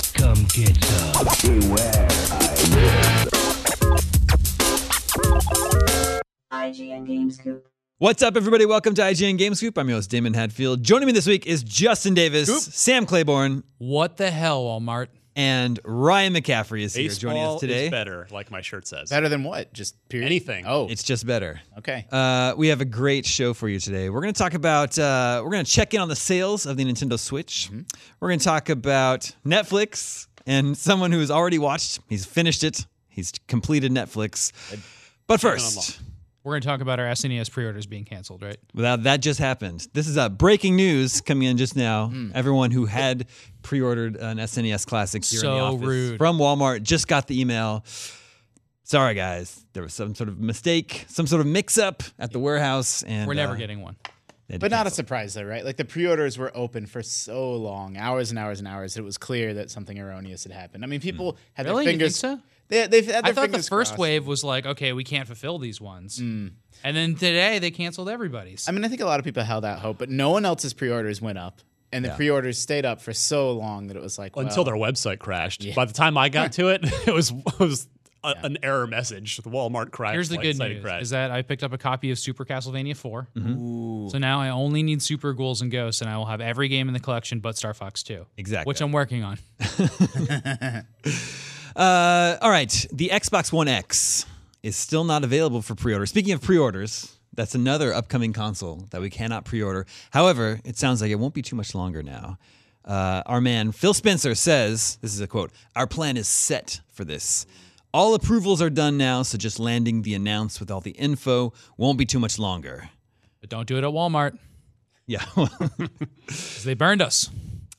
get up. Beware, IGN Games Coop. What's up, everybody? Welcome to IGN Game Scoop. I'm your host, Damon Hatfield. Joining me this week is Justin Davis, Scoop. Sam Claiborne, What the hell, Walmart? and Ryan McCaffrey is here Baseball joining us is today. better, like my shirt says. Better than what? Just period. Anything. Oh, It's just better. okay. Uh, we have a great show for you today. We're going to talk about, uh, we're going to check in on the sales of the Nintendo Switch. Mm-hmm. We're going to talk about Netflix and someone who has already watched, he's finished it, he's completed Netflix. But first, We're going to talk about our SNES pre-orders being canceled, right? without that just happened. This is uh, breaking news coming in just now. Hmm. Everyone who had pre-ordered an SNES Classic here in the So office rude. from Walmart just got the email. Sorry guys, there was some sort of mistake, some sort of mix-up at the warehouse, and We're uh, never getting one. they had to But not a cancel. surprise though, right? Like the pre-orders were open for so long, hours and hours and hours. It was clear that something erroneous had happened. I mean, people had Hmm. Really? their You fingers. think so? They, they've had I their thought the fingers first crossed. Mm. wave was like, okay, we can't fulfill these ones. And then today they canceled everybody's. I mean, I think a lot of people held out hope, but no one else's pre-orders went up, and the pre-orders stayed up for so long that it was like well, Until their website crashed. By the time I got to it, it was it was a, an error message. The Walmart crashed. Here's the like, good site news crashed. is that I picked up a copy of Super Castlevania 4. Mm-hmm. So now I only need Super Ghouls and Ghosts, and I will have every game in the collection but Star Fox 2. Exactly. Which I'm working on. Uh, all right, the Xbox One X is still not available for pre-order. Speaking of pre-orders, that's another upcoming console that we cannot pre-order. However, it sounds like it won't be too much longer now. Uh, our man Phil Spencer says, "This is a quote: Our plan is set for this. All approvals are done now, so just landing the announce with all the info won't be too much longer." But don't do it at Walmart, Yeah, 'cause they burned us.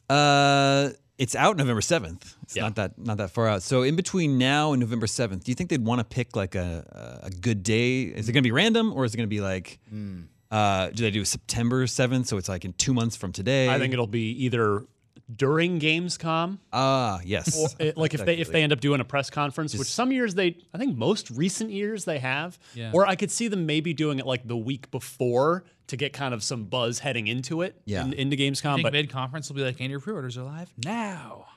uh, it's out November seventh. It's Yeah. not that not that far out. So in between now and November seventh, do you think they'd want to pick like a a good day? Is it going to be random or is it going to be like? Hmm. Uh, do they do September seventh? So it's like in two months from today. I think it'll be either during Gamescom, Ah, yes. it- like if they if they end up doing a press conference, which some years they, I think most recent years they have, Yeah. or I could see them maybe doing it like the week before to get kind of some buzz heading into it, Yeah. in, into I Um, Gamescom. think But mid-conference will be like, and your pre-orders are live now.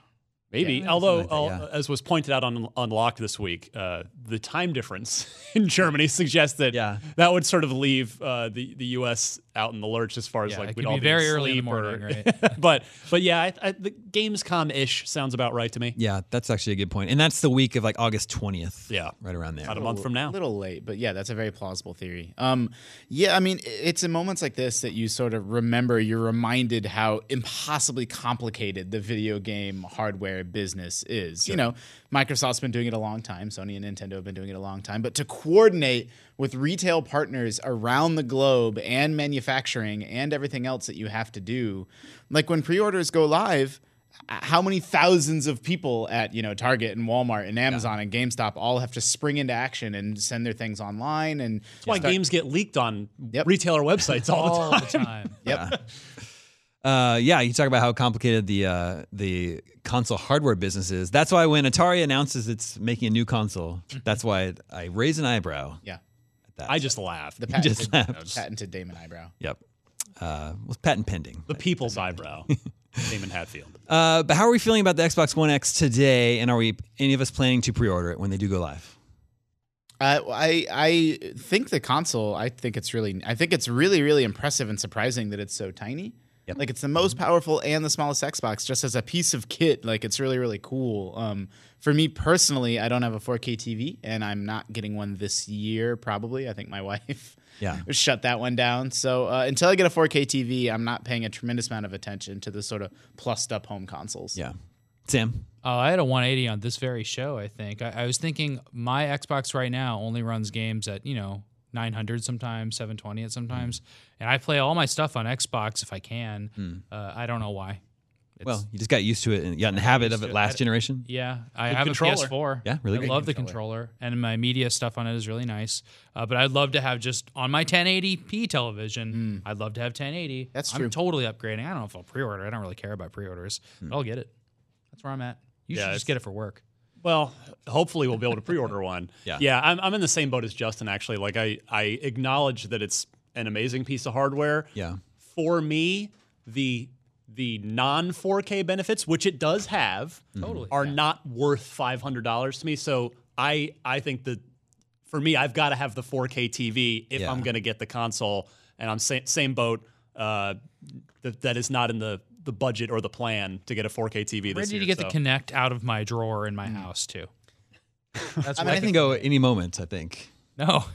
Maybe, although like that, al- yeah. as was pointed out on Unlocked this week, uh, the time difference in Germany suggests that Yeah. that would sort of leave uh, the the U.S. out in the lurch as far as Yeah, like it we'd could all be very asleep early in the or- morning, right? but but yeah, I, I, the Gamescom ish sounds about right to me. yeah, that's actually a good point. And that's the week of like August twentieth. Yeah. right around there. About a month from now. A little late, but yeah, that's a very plausible theory. Um, yeah, I mean, i- it's in moments like this that you sort of remember, you're reminded how impossibly complicated the video game hardware business is. You know, Microsoft's been doing it a long time, Sony and Nintendo have been doing it a long time, but to coordinate with retail partners around the globe and manufacturing and everything else that you have to do, like when pre orders go live, how many thousands of people at you know Target and Walmart and Amazon and GameStop all have to spring into action and send their things online and That's why games get leaked on Yep. retailer websites all, All the time. the time. yep Uh, yeah, you talk about how complicated the uh, the console hardware business is. That's why when Atari announces it's making a new console, Mm-hmm. that's why I raise an eyebrow. yeah At that. I just laugh. the The, patented, just laughed. patented Damon eyebrow Yep. Uh, was patent pending. people's eyebrow, Damon Hatfield. Uh, but how are we feeling about the Xbox One X today? And are we any of us planning to pre-order it when they do go live? Uh, I I think the console. I think it's really. I think it's really really impressive and surprising that it's so tiny. Like it's the most powerful and the smallest Xbox, just as a piece of kit. Like it's really really cool. Um, for me personally, I don't have a 4K TV, and I'm not getting one this year. Probably, I think my wife. Yeah. Shut that one down. So uh, until I get a 4K TV, I'm not paying a tremendous amount of attention to the sort of plussed up home consoles. Yeah. Sam. Oh, I had a 180 on this very show. I think I, I was thinking my Xbox right now only runs games at you know 900 sometimes, 720 at sometimes, and I play all my stuff on Xbox if I can. Uh, I don't know why. well, you just got used to it and you got in the habit of it last generation. Yeah, I have controller. a PS4. Yeah, really I great love the controller, and my media stuff on it is really nice. Uh, but I'd love to have just on my 1080p television. I'd love to have 1080. That's I'm true. totally upgrading. I don't know if I'll pre-order. I don't really care about pre-orders. But I'll get it. That's where I'm at. You Yeah, should it's- just get it for work. Well, hopefully we'll be able to pre-order one. Yeah. yeah. I'm, I'm in the same boat as Justin. Actually, like I, I acknowledge that it's an amazing piece of hardware. Yeah. For me, the the non 4K benefits, which it does have, Mm-hmm. Totally, are not worth $500 to me. So I I think that for me, I've got to have the 4K TV if Yeah. I'm going to get the console, and I'm sa- same boat. Uh, that that is not in the the budget or the plan to get a 4K TV Where this did year. you get so. the Connect out of my drawer in my house too? That's I, mean, I can go at any moment. I think. no.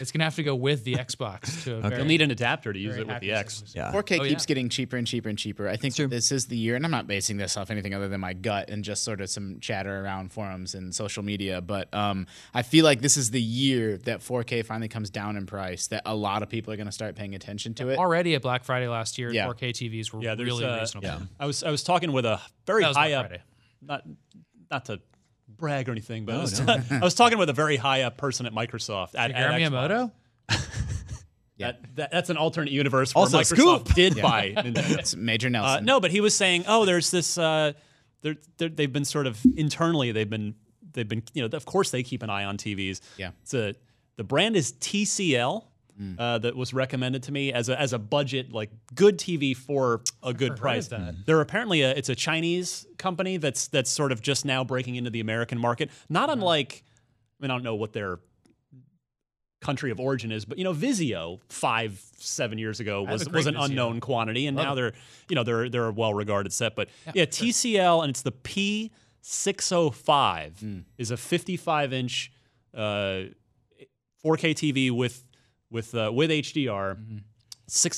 it's gonna have to go with the Xbox to a very, You'll need an adapter to use very it with happy the X. system. Yeah. 4K Oh, keeps yeah. getting cheaper and cheaper and cheaper. I think true. this is the year, and I'm not basing this off anything other than my gut and just sort of some chatter around forums and social media. But um, I feel like this is the year that 4K finally comes down in price. That a lot of people are going to start paying attention to it. Already at Black Friday last year, Yeah. 4K TVs were Yeah, there's, really uh, reasonable. yeah. I was I was talking with a very That was high Black up, Friday. not not to brag or anything, but I, was, no. I was talking with a very high up person at Microsoft at, Shigeru at Xbox. Miyamoto? That, that, that's an alternate universe where Also, Microsoft scoop. did buy Nintendo. It's Major Uh, Nelson. no, but he was saying, oh, there's this. Uh, they're, they're, they've been sort of internally. They've been they've been you know of course they keep an eye on TVs. Yeah. Mm. It's a, the brand is TCL. Uh, that was recommended to me as a as a budget like good TV for a good price. Mm-hmm. They're apparently a, it's a Chinese company that's that's sort of just now breaking into the American market. Not Mm-hmm. unlike I mean I don't know what their country of origin is, but you know Vizio five seven years ago have was a was an great Vizio. unknown known quantity, and now they're you know they're they're a well regarded set. But yeah, TCL and it's the P six oh five Hmm. is a fifty five inch uh, four K TV with with uh, with HDR,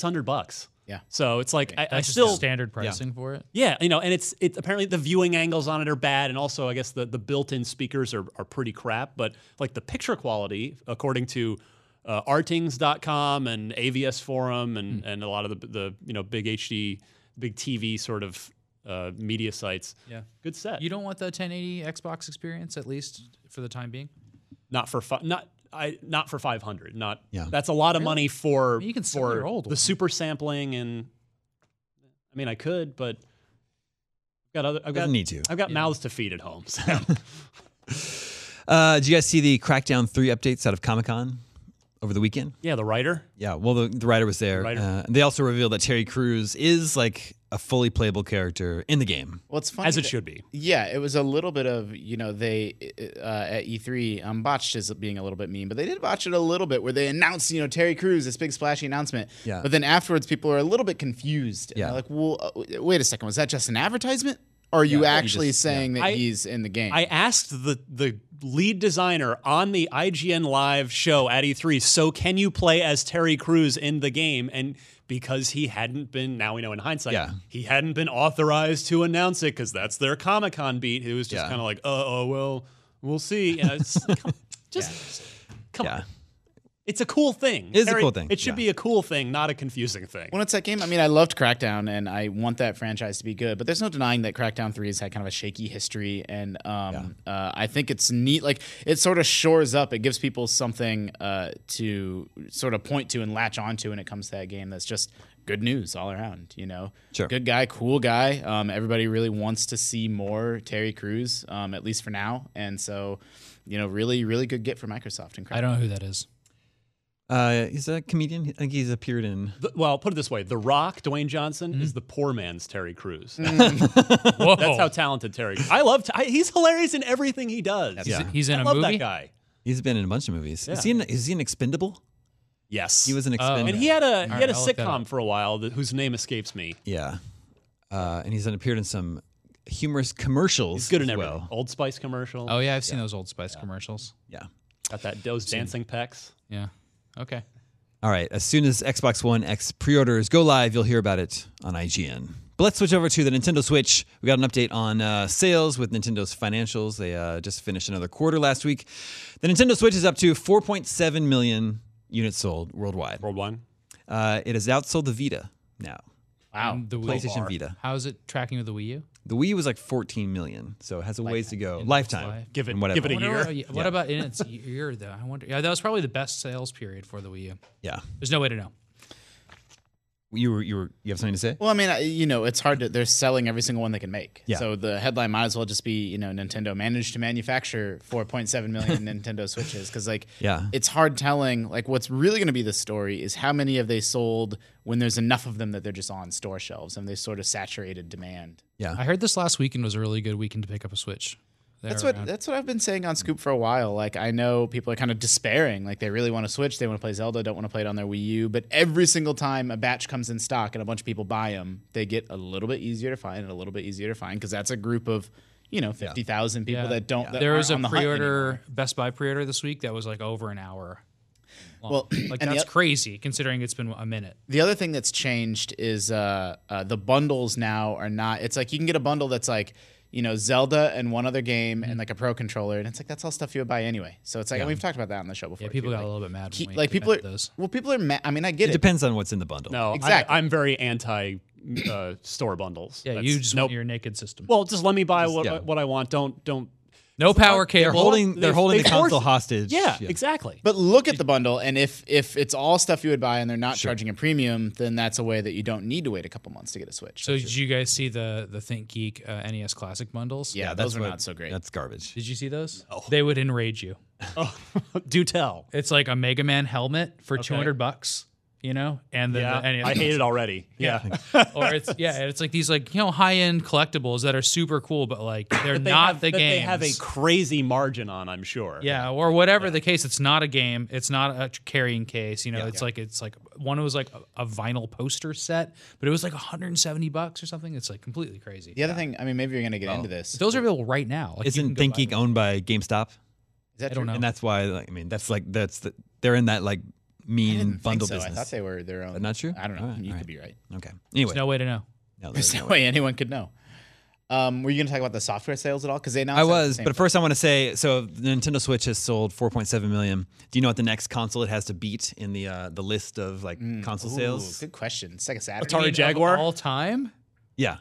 hundred bucks. Yeah. so it's like I, I Mm-hmm. That's still just standard pricing for it. yeah, you know, and it's it apparently the viewing angles on it are bad, and also I guess the, the built-in speakers are, are pretty crap. But like the picture quality, according to uh, Artings.com and AVS Forum Hmm. and, and a lot of the, the you know big HD, big TV sort of uh, media sites, Yeah. good set. You don't want the 1080 Xbox experience, at least for the time being. not for fi- not I not for five hundred. Not Yeah. That's a lot of money for mean, you can sell for your old the one. super sampling and. I mean, I could, but. I've got other, I've got, Doesn't need to. I've got mouths to feed at home. So. Uh, do you guys see the Crackdown three updates out of Comic Con over the weekend? Yeah, the writer. Yeah, well, the, the writer was there. writer. Uh, they also revealed that Terry Crews is like a fully playable character in the game. well, it's funny As it that- should be. Yeah, it was a little bit of you know they uh, at E3 um, botched as being a little bit mean, but they did botch it a little bit where they announced you know Terry Crews this big splashy announcement, Yeah. but then afterwards people are a little bit confused. Yeah. Yeah, like well, uh, w- wait a second, was that just an advertisement? Or are you actually saying that I- he's in the game? I asked the the lead designer on the IGN live show at E3, so can you play as Terry Crews in the game? And because he hadn't been, now we know in hindsight, Yeah. he hadn't been authorized to announce it because that's their Comic Con beat. It was just Yeah. kind of like, uh oh, well, we'll see. You know, it's, come, just come Yeah. on. It's a cool thing. It is a cool thing, It should yeah. be a cool thing, not a confusing thing. When it's that game, I mean, I loved Crackdown and I want that franchise to be good, but there's no denying that Crackdown 3 has had kind of a shaky history. And um, uh, I think it's neat. Like, it sort of shores up, it gives people something uh, to sort of point to and latch onto when it comes to that game that's just good news all around, you know? Sure. Good guy, cool guy. Um, everybody really wants to see more Terry Crews, um, at least for now. And so, you know, really, really good get for Microsoft and Crackdown. I don't know who that is. Uh, he's a comedian. I think he's appeared in. The- well, put it this way: The Rock, Dwayne Johnson, Mm-hmm. is the poor man's Terry Crews. Whoa. That's how talented Terry. I love. I, he's hilarious in everything he does. Yeah. He's in I a love movie. that guy. He's been in a bunch of movies. Is he? An, is he an expendable? Yes, He was an expendable. Oh, And he had a he had a I'll look that sitcom for a while that, whose name escapes me. yeah. Uh, and he's then appeared in some humorous commercials. He's good in as everything. well. Old Spice commercial. Oh yeah, I've seen those Old Spice commercials. Yeah. Got that those dancing pecs. Yeah. Okay. All right. As soon as Xbox One X pre-orders go live, you'll hear about it on IGN. But let's switch over to the Nintendo Switch. We got an update on uh, sales with Nintendo's financials. They uh, just finished another quarter last week. The Nintendo Switch is up to 4.7 million units sold worldwide. World One. Uh, it has outsold the Vita now. Wow. the Wii PlayStation bar. Vita. How's it tracking with the Wii U? The Wii was like 14 million, so it has a ways to go. Lifetime. life. Give it And whatever. give it a What, year. are- what about in its year though? I wonder. Yeah, that was probably the best sales period for the Wii U. Yeah. There's no way to know. You were you were you have something to say? Well, I mean, I- you know, it's hard to. They're selling every single one they can make. Yeah. So the headline might as well just be, you know, Nintendo managed to manufacture 4.7 million Nintendo Switches because, like, Yeah. it's hard telling. Like, what's really going to be the story is how many have they sold when there's enough of them that they're just on store shelves and they sort of saturated demand. I heard this last weekend was a really good weekend to pick up a Switch. They're That's what around- that's what I've been saying on Scoop for a while. Like I know people are kind of despairing. Like they really want to switch. They want to play Zelda. Don't want to play it on their Wii U. But every single time a batch comes in stock and a bunch of people buy them, they get a little bit easier to find and a little bit easier to find because that's a group of, you know, fifty thousand people Yeah. that don't. That there aren't was a on the hunt anymore. pre-order Best Buy pre-order this week that was like over an hour. Well, Like and the that's oth- crazy considering it's been a minute. The other thing that's changed is uh, uh, the bundles now are not. It's like you can get a bundle that's like, you know, Zelda and one other game Mm-hmm. and like a pro controller, and it's like that's all stuff you would buy anyway. So it's like and we've talked about that on the show before. Yeah, people too, got like, a little bit mad. keep- when we like people are defended those. well, people are. Ma- I mean, I get It it. depends on what's in the bundle. No, Exactly. I, am very anti uh, store bundles. Yeah, That's- you just nope. want your naked system. Well, just let me buy what yeah. what I want. Don't don't. no power They're cable. holding they're They- holding they the console force it. hostage. Yeah, exactly. But look at the bundle, and if if it's all stuff you would buy and they're not charging a premium, then that's a way that you don't need to wait a couple months to get a Switch. So did you guys see the the Think Geek uh, NES Classic bundles? yeah, That's those are what- not so great. That's garbage. Did you see those? They would enrage you. Do tell. It's like a Mega Man helmet for two hundred bucks, you know, and then Yeah, the NES I hate it already. Yeah, or it's yeah, and it's like these like you know high end collectibles that are super cool, but like they're They not have- the that games. They have a crazy margin on. I'm sure. yeah, or whatever the case, it's not a game. It's not a carrying case. You know, it's like it's like one was like a, a vinyl poster set, but it was like 170 bucks or something. It's like completely crazy. the other thing, I mean, maybe you're gonna get into this. those are available right now. Like, you can Isn't go buy ThinkGeek owned by GameStop? Is that I don't true? know. And that's why like, I mean that's like that's the, they're in that like I mean didn't think bundle so. I business. thought they were their own. not true? I don't know. All right, you all right. could be right. okay. Anyway, There's no way to know. no, There's no way anyone could know. Um, were you going to talk about the software sales at all? Because they announced I that at the was, same but first I want to say so the Nintendo Switch has sold 4.7 million. Do you know what the next console it has to beat in the uh, the list of like console time. Mm. Ooh, sales? Good question. Sega Saturn. Atari I mean, of Jaguar? all time. Yeah.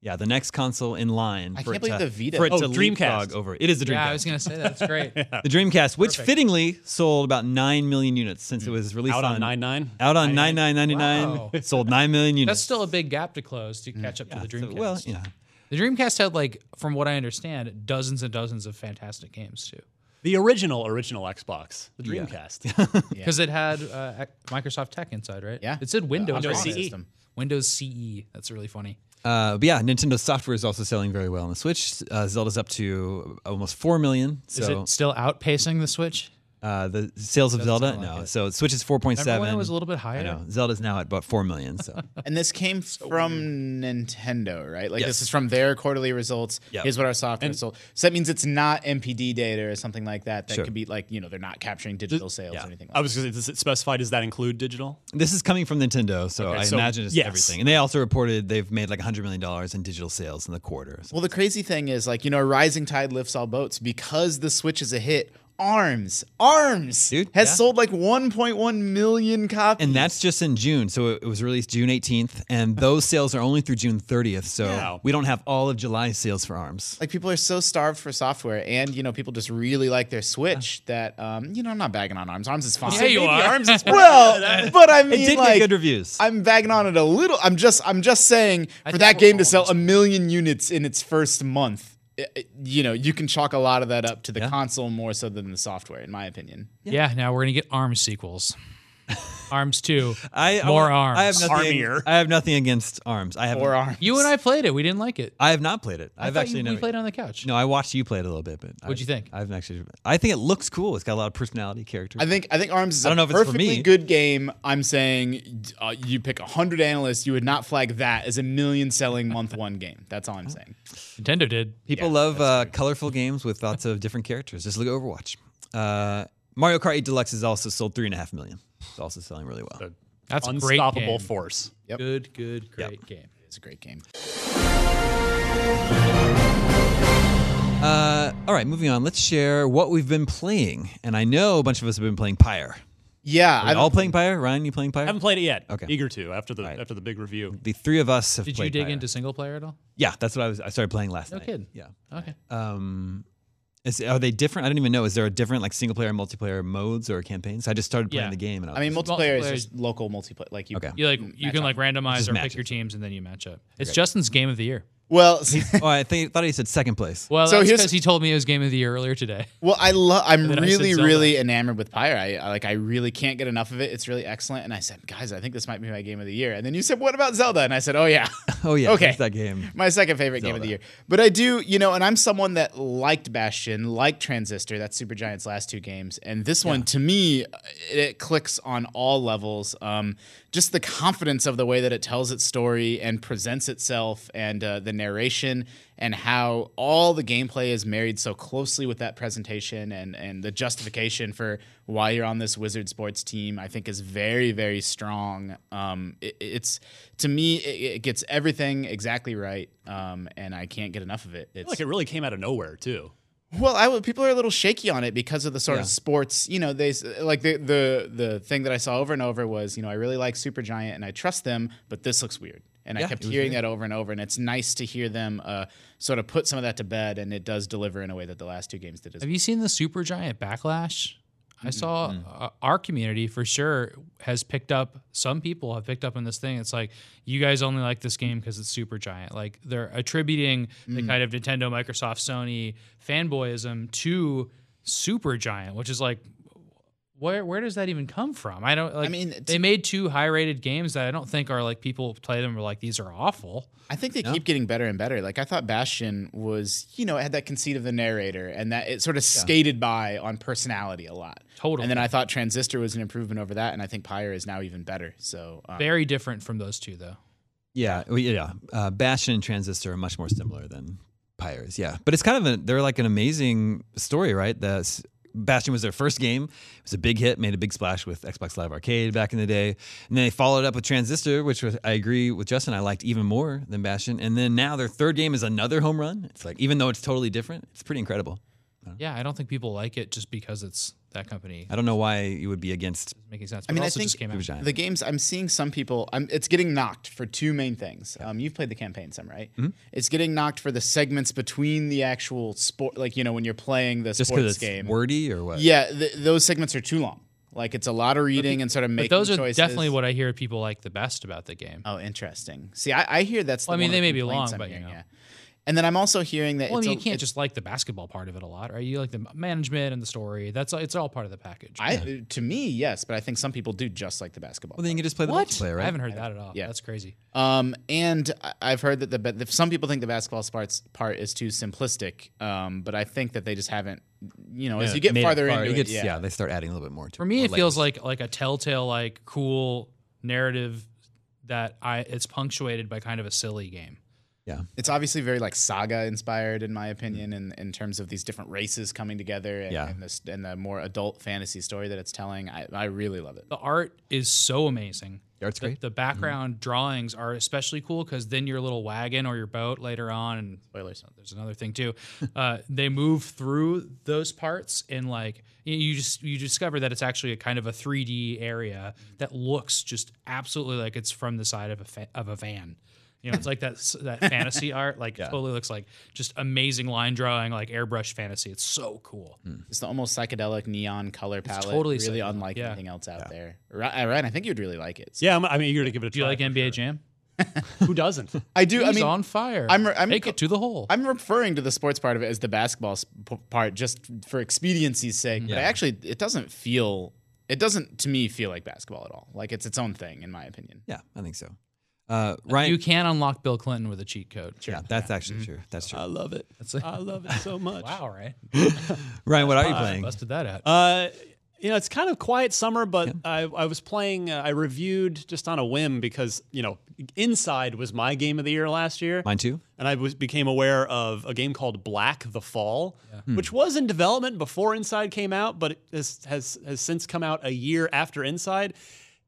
Yeah, the next console in line I for, can't it to, believe the Vita- for it Oh, to Dreamcast. leapfrog over. It is the Dreamcast. Yeah, I was gonna say that. That's great. the Dreamcast, which fittingly sold about 9 million units Mm. since it was released Out on on nine nine. out on 9999, Wow. sold 9 million units. That's still a big gap to close to catch up to the So, Dreamcast. well, yeah. The Dreamcast had like, from what I understand, dozens and dozens of fantastic games too, The original original Xbox, the Yeah. Dreamcast. because it had uh, ac- Microsoft Tech inside, right? Yeah. it said Windows. E. Windows on it. CE. E. System. Windows CE. That's really funny. Uh, but yeah, Nintendo software is also selling very well on the Switch. Uh, Zelda's up to almost 4 million. So Is it still outpacing the Switch? Uh, the sales of Zelda, no. So Switch is four point Remember seven. when it was a little bit I higher? know Zelda's now at about four million. So And this came from Nintendo, right? Like Yes. this is from their quarterly results. Yep. Here's what our software sold. So that means it's not MPD data or something like that. That Sure. could be like you know they're not capturing digital sales yeah. or anything. like I was going to say, does it specify? Does that include digital? this is coming from Nintendo. So I so imagine it's yes. everything. And they also reported they've made like hundred million dollars in digital sales in the quarter. So Well, the crazy thing is, like, you know, a rising tide lifts all boats because the Switch is a hit. Arms, Arms Dude, has yeah. sold like 1.1 million copies. and that's just in June. So it it was released June 18th, and those sales are only through June 30th. So Wow. we don't have all of July's sales for ARMS. like people are so starved for software, and you know, people just really like their Switch that, um, you know, I'm not bagging on Arms. Arms is fine. Yeah, you Maybe are. Arms is well, but I It mean, did like, get good reviews. I'm bagging on it a little. I'm just, I'm just saying for that we're game to all sell a million units in its first month. i- i- you know, you can chalk a lot of that up to the console more so than the software, in my opinion. Mm-hmm. Yeah. Now we're gonna get ARMS sequels. ARMS two. I, I more want- ARMS. I have nothing. Armier. I have nothing against ARMS. I have Or Arms. You and I played it. We didn't like it. I have not played it. I I've thought actually you, never we played it on the couch. No, I watched you play it a little bit, but What'd you think? I've actually. I think it looks cool. It's got a lot of personality, character. I think I think Arms is I a don't know if it's for perfectly me. good game. I'm saying uh, you pick hundred analysts, you would not flag that as a million selling month one game. That's Oh. all I'm saying. Nintendo did. People love uh, colorful games with lots of different characters. Just look at Overwatch. Uh, Mario Kart 8 Deluxe is also sold three and a half million. It's also selling really well. That's a great Unstoppable game. force. Good, good, great game. It's a great game. Uh, all right, moving on. Let's share what we've been playing. And I know a bunch of us have been playing Pyre. Yeah, Are we I all playing Pyre? Ryan, you playing Pyre? I haven't played it yet. Okay. Eager to after the after the big review. the three of us have Did played you dig Pyre. into single player at all? Yeah, that's what I was. I started playing last night. kidding. Yeah. Okay. Um, Is, are they different? I didn't even know. Is there a different like single player, multiplayer modes or campaigns? I just started playing Yeah. the game, and I, was I mean, just- multiplayer is multiplayer- just local multiplayer. Like you. Okay. You like Mm, you can like randomize Just or matches. pick your teams and then you match up. It's Justin's game of the year. Well, oh, I think, thought he said second place. Well, So so that's here's- because he told me it was game of the year earlier today. Well, I love. I'm then I said really, Zelda. really enamored with Pyre. I I- like. I really can't get enough of it. It's really excellent. And I said, guys, I think this might be my game of the year. And then you said, what about Zelda? And I said, oh yeah, Oh yeah, Okay. it's that game. my second favorite game of the year. But I do, you know, and I'm someone that liked Bastion, liked Transistor. That's Supergiant's last two games, and this one to me, it, it clicks on all levels. Um, just the confidence of the way that it tells its story and presents itself, and uh, the narration, and how all the gameplay is married so closely with that presentation, and and the justification for why you're on this wizard sports team, I think is very very strong. Um, it, it's to me, it, it gets everything exactly right, um, and I can't get enough of it. It's, feel like it really came out of nowhere too. well, I would, people are a little shaky on it because of the sort of sports, you know, they s- like the, the the thing that I saw over and over was, you know, I really like Supergiant and I trust them, but this looks weird. And I Yeah, kept it was hearing that over and over, and it's nice to hear them uh, sort of put some of that to bed, and it does deliver in a way that the last two games did as Have you seen the super giant backlash? I saw mm. uh, our community for sure has picked up. Some people have picked up on this thing. It's like you guys only like this game because it's super giant. Like they're attributing the Mm. kind of Nintendo, Microsoft, Sony fanboyism to super giant, which is like, where where does that even come from? I don't like. I mean, mean, it's- they made two high rated games that I don't think are like people play them or like these are awful. I think they keep getting better and better. Like I thought Bastion was, you know, it had that conceit of the narrator and that it sort of skated by on personality a lot. Totally. And then I thought Transistor was an improvement over that, and I think Pyre is now even better. So um, Very different from those two though. Yeah, well, yeah. Uh, Bastion and Transistor are much more similar than Pyres. Yeah, but it's kind of a they're like an amazing story, right? That's Bastion was their first game. It was a big hit, made a big splash with Xbox Live Arcade back in the day, and then they followed up with Transistor, which was, I agree with Justin. I liked even more than Bastion, and then now their third game is another home run. It's like even though it's totally different, it's pretty incredible. Uh. Yeah, I don't think people like it just because it's that company. I don't know why you would be against making sense. I But mean, I also think- just came out. Giant. the games I'm seeing some people I'm it's getting knocked for two main things. Um, you've played the campaign some, right? Mm-hmm. It's getting knocked for the segments between the actual sport like you know when you're playing the just because sports it's game. wordy or what? Yeah, th- those segments are too long. Like it's a lot of reading and sort of making But those are choices. definitely what I hear people like the best about the game. Oh, interesting. See, I, I hear that's. Well, I the mean, one they of the may be complaints long, I'm but, you hearing, know. yeah. And then I'm also hearing that Well, I it's mean, a- you can't it's- just like the basketball part of it a lot, right? You like the management and the story. That's it's all part of the package. I, to me, yes, but I think some people do just like the basketball. Well, then you can just play the what? multiplayer, right? I haven't heard that at all. Yeah. that's crazy. Um, and I- I've heard that the ba- that some people think the basketball parts part is too simplistic. Um, but I think that they just haven't. You know, as you get Made it farther far- into it it, gets- yeah. they start adding a little bit more to For me, more it feels like like a telltale, like cool narrative that I it's punctuated by kind of a silly game. it's obviously very like saga inspired, in my opinion, in, in terms of these different races coming together and, Yeah. and, this, and the more adult fantasy story that it's telling. I, I really love it. The art is so amazing. The art's The- great. The Mm-hmm. background drawings are especially cool because then your little wagon or your boat later on, and Spoilers. there's another thing too. Uh, they move through those parts and like you- you just you discover that it's actually a kind of a 3D area that looks just absolutely like it's from the side of a fa- of a van. You know, it's like that s- that fantasy art, like totally looks like just amazing line drawing, like airbrush fantasy. It's so cool. It's the almost psychedelic neon color palette. totally really psychedelic, unlike yeah. anything else out there. Right, Ryan, I think you'd really like it. Yeah, I'm, I'm eager to give it a Do try. you like NBA Jam? Who doesn't? I do. He's I mean, on fire. I'm- I'm- Take it to the hole. I'm referring to the sports part of it as the basketball sp- part, just for expediency's sake. But I actually, it doesn't feel. It doesn't to me feel like basketball at all. Like it's its own thing, in my opinion. Yeah, I think so. Uh, Ryan, you can unlock Bill Clinton with a cheat code. yeah, that's actually true. That's true. I love it. I love it so much. Wow, right? Ryan, what are you playing? Busted that out. Uh, you know, it's kind of quiet summer, but I, I was playing. Uh, I reviewed just on a whim because you know, Inside was my game of the year last year, Mine too. and I was became aware of a game called Black: The Fall, which was in development before Inside came out, but it has, has has since come out a year after Inside.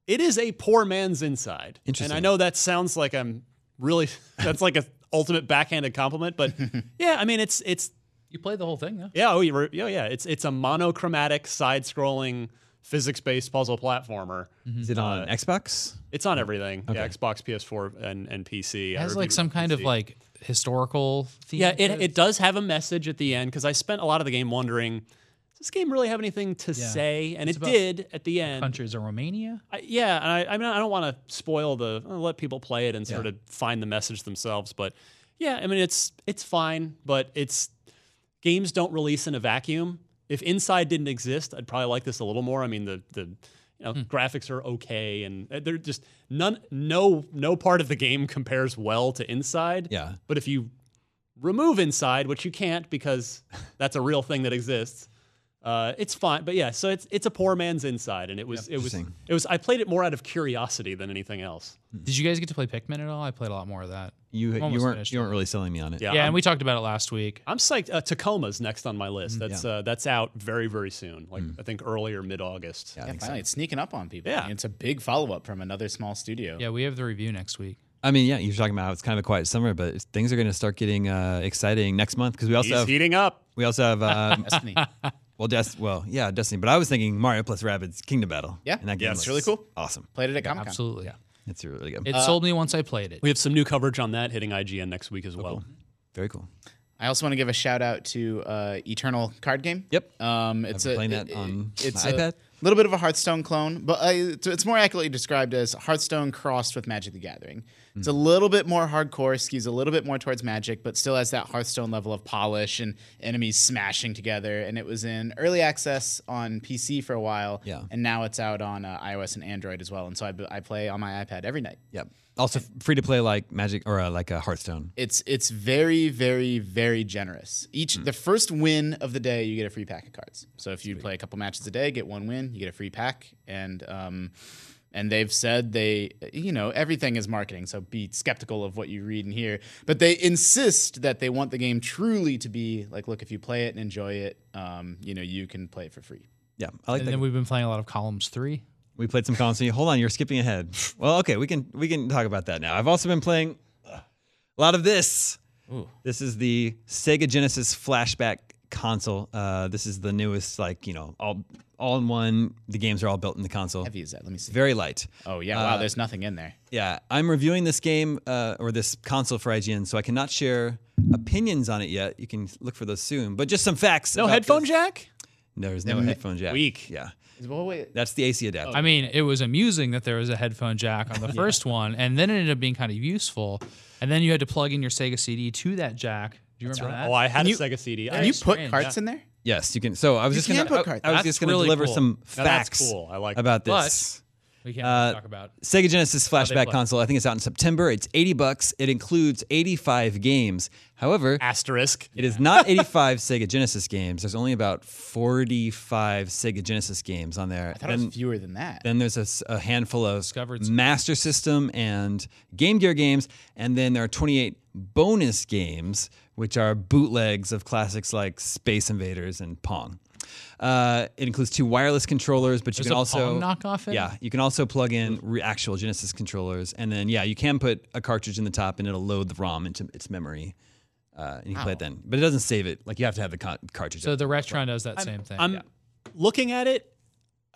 It is a poor man's Inside, and I Interesting. know that sounds like I'm really that's like a ultimate backhanded compliment, but yeah, I mean it's it's you played the whole thing, though. yeah, oh, you were- yeah, yeah. It's it's a monochromatic side-scrolling physics-based puzzle platformer. Mm-hmm. Is it on Xbox? It's on everything: yeah, Xbox, PS4, and and PC. It has like some kind of like historical theme. Yeah, it, to it does have a message at the end because I spent a lot of the game wondering, does this game really have anything to say? And it about did at the end. countries in Romania. I, yeah, and I, I mean, I don't want to spoil the uh, let people play it and sort of find the message themselves, but yeah, I mean, it's it's fine, but it's games don't release in a vacuum. If Inside didn't exist, I'd probably like this a little more. I mean, the the you know, graphics are okay, and uh, they're just none no no part of the game compares well to Inside. Yeah. but if you remove Inside, which you can't because that's a real thing that exists. Uh, it's fine, but yeah, so it's it's a poor man's inside, and it was it was Interesting. it was. I played it more out of curiosity than anything else. Did you guys get to play Pikmin at all? I played a lot more of that. You you almost weren't finished you weren't really selling me on it. Yeah, yeah, I'm, and we talked about it last week. I'm psyched. Uh, Tacoma's next on my Mm, list. That's uh, that's out very very soon. Like I think early or mid August. Yeah, I Yeah, think so. finally, it's sneaking up on people. Yeah. And it's a big follow up from another small studio. Yeah, we have the review next week. I mean, yeah, you're talking about how it's kind of a quiet summer, but it's- things are going to start getting uh, exciting next month because we also He's have, heating up. we also have um, Destiny. well, Dest- well, yeah, Destiny. But I was thinking Mario plus Rabbids Kingdom Battle. Yeah. and that game Yeah, it's looks really cool. Awesome. Played it at Comic Con. Absolutely. It's really good. It sold me once I played it. Uh, We have some new coverage on that hitting IGN next week as well. Very Oh, cool. I also want to give a shout out to uh, Eternal Card Game. Yep. Um, it's been a, playing that on it's my a iPad. little bit of a Hearthstone clone, but uh, it's, it's more accurately described as Hearthstone crossed with Magic the Gathering. It's a little bit more hardcore, skews a little bit more towards Magic, but still has that Hearthstone level of polish and enemies smashing together. And it was in early access on PC for a while, Yeah. and now it's out on uh, iOS and Android as well. And so I, I play on my iPad every night. Yep. Also f- free to play like Magic or uh, like uh, Hearthstone. It's it's very very very generous. Each the first win of the day, you get a free pack of cards. So if you play a couple matches a day, get one win, you get a free pack. And um, and they've said they you know everything is marketing, so be skeptical of what you read and hear. But they insist that they want the game truly to be like, look, if you play it and enjoy it, um, you know you can play it for free. Yeah, I like and that. then game. we've been playing a lot of Columns 3. We played some console. Hold on, you're skipping ahead. Well, okay, we can we can talk about that now. I've also been playing a lot of this. This is the Sega Genesis flashback console. Uh, this is the newest, like you know, all all in one. The games are all built in the console. Heavy is that? Let me see. Very light. Oh yeah, wow. There's nothing in there. Yeah, I'm reviewing this game uh, or this console for IGN, so I cannot share opinions on it yet. You can look for those soon, but just some facts. No about headphone this. jack. There's no headphone jack. Weak. Oh, Yeah, Well, wait. that's the AC adapter. I mean, it was amusing that there was a headphone jack on the first one, and then it ended up being kind of useful. And then you had to plug in your Sega CD to that jack. Do you remember that? Oh, I had a Sega CD. I Can you put strange, cards in there? Yes, you can. So I was You just gonna. can put I- cards. I, was That's just gonna really deliver cool. some Now that's facts. cool. I like about But- this. we can't Uh, talk about. Sega Genesis flashback play. console. I think it's out in September. It's 80 bucks. It includes 85 games. However, Ah, asterisk. it is not 85 Sega Genesis games. There's only about 45 Sega Genesis games on there. I thought it was fewer than that. Then there's a, s- a handful of Discovered some- Master System and Game Gear games, and then there are 28 bonus games, which are bootlegs of classics like Space Invaders and Pong. Uh, it includes two wireless controllers, but There's you can a also Pong knockoff in it? Yeah, you can also plug in re- actual Genesis controllers, and then yeah, you can put a cartridge in the top, and it'll load the ROM into its memory, uh, and you can play it then. But it doesn't save it; like you have to have the con- cartridge. So the Retron does that same thing. I'm looking at it.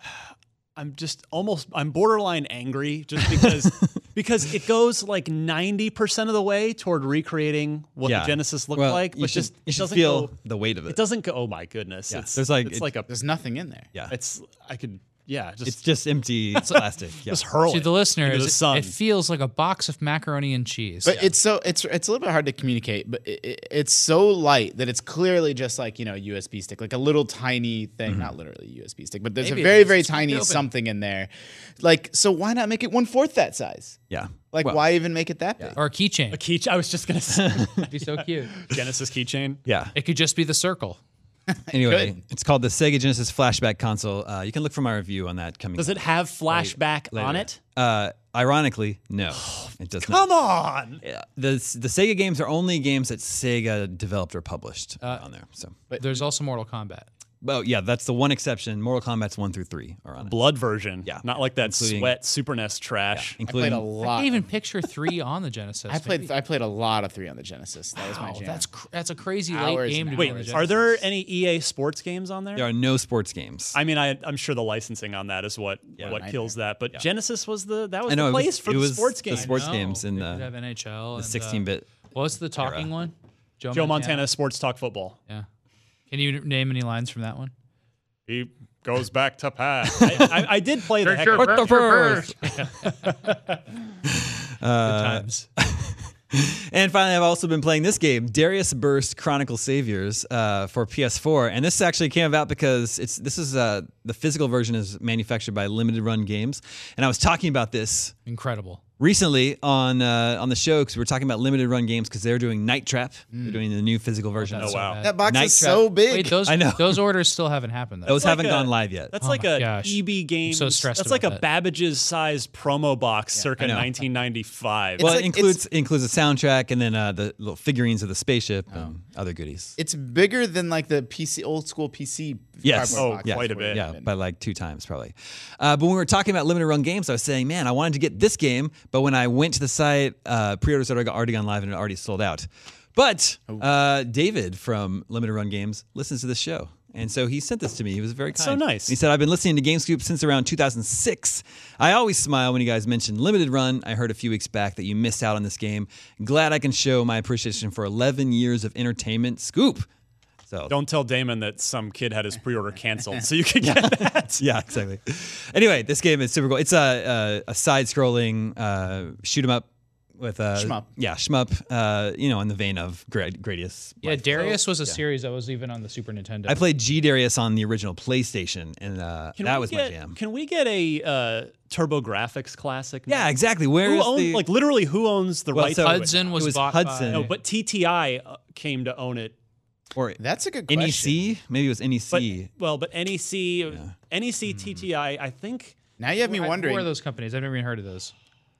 I'm just almost I'm borderline angry just because because it goes like 90% of the way toward recreating what Yeah. the Genesis looked Well, like, you but should, just you it should doesn't feel go the weight of it doesn't go oh my goodness. It's There's like- it's it- like a There's nothing in there. Yeah, it's I could yeah, just It's just empty plastic. Yeah. just hurl to it the listeners, into the it- sun. it feels like a box of macaroni and cheese. But it's so it's it's a little bit hard to communicate, but it, it, it's so light that it's clearly just like you know USB stick, like a little tiny thing, not literally USB stick, but there's Mm-hmm. Maybe it a very is. very It's kept tiny open. something in there. Like so, why not make it one fourth that size? Yeah. Like Well, why even make it that big? or a keychain. a keychain. I was just going to say It'd be so cute. Genesis keychain. Yeah. It could just be the circle. Anyway, could. it's called the Sega Genesis Flashback Console. Uh, you can look for my review on that coming. Does it have flashback on it? Uh, ironically, no, it does not. Come on. Yeah. The the Sega games are only games that Sega developed or published Uh, on there. So, There's also Mortal Kombat. well, yeah, that's the one exception. Mortal Kombat's one through three are on it, Blood version. Yeah. Not like that Including- sweat Super NES trash. I played including a I lot. can't even picture three on the Genesis. Uh, I played I played a lot of three on the Genesis. That was my Wow, jam. that's cr- that's a crazy Hours late game. To and be on the Wait, Genesis. are there any EA sports games on there? there are no sports games. I mean, I, I'm sure the licensing on that is what what kills that. But Genesis was the that was I know the it was- place for it the was sports the games. sports No, games in they could the- have NHL, and, uh, 16 bit. What's the talking one? Joe Montana, Sports Talk Football. Yeah. Can you name any lines from that one? He goes back to pass. I, I, I did play the heck out of What the first? Good times. And finally, I've also been playing this game, Darius Burst Chronicle Saviors, uh, for PS4. And this actually came about because it's this is uh, the physical version is manufactured by Limited Run Games. And I was talking about this Incredible. recently on uh, on the show because we were talking about Limited Run Games because they're doing Night Trap. They're doing the new physical version. Mm. Oh, of wow. That box Night is Trap. so big. Wait, those I know. those orders still haven't happened though. Those haven't a- gone live yet. That's like my a gosh. EB Games. so stressed that's like a about that. Babbage's sized promo box circa I know. 1995. well, like- it includes includes a soundtrack and then uh, the little figurines of the spaceship Oh. and other goodies. It's bigger than like the PC old school PC. Yes. cardboard Oh, box. yeah. quite a bit. Yeah, by like two times probably. Uh, but when we were talking about limited run games, I was saying, man, I wanted to get this game, but when I went to the site, uh, pre-orders had already gone live and it already sold out. But Oh. uh, David from Limited Run Games listens to this show. And so he sent this to me. He was very kind. so nice. He said, I've been listening to GameScoop since around 2006. I always smile when you guys mention Limited Run. I heard a few weeks back that you missed out on this game. Glad I can show my appreciation for 11 years of entertainment. Scoop. So Don't tell Damon that some kid had his pre-order canceled, so you could get that. yeah, exactly. Anyway, this game is super cool. It's a a, a side-scrolling uh, shoot 'em up with a Shmup. Yeah, shmup. Uh, you know, in the vein of Grad- Gradius. yeah, Darius was a series that was even on the Super Nintendo. I played G Darius on the original PlayStation, and uh, Can that we was my get- jam. Can we get a uh, TurboGrafx classic? now? yeah, exactly. Where Who is owned, the like literally who owns the Well, rights? so- to it? Hudson was, It was bought Hudson. by- No, but TTI uh, came to own it. or That's a good NEC? question. Maybe it was E NEC. But well, but E NEC, NEC, TTI. I think. Now you have me I- wondering. Who are those companies? I've never even heard of those.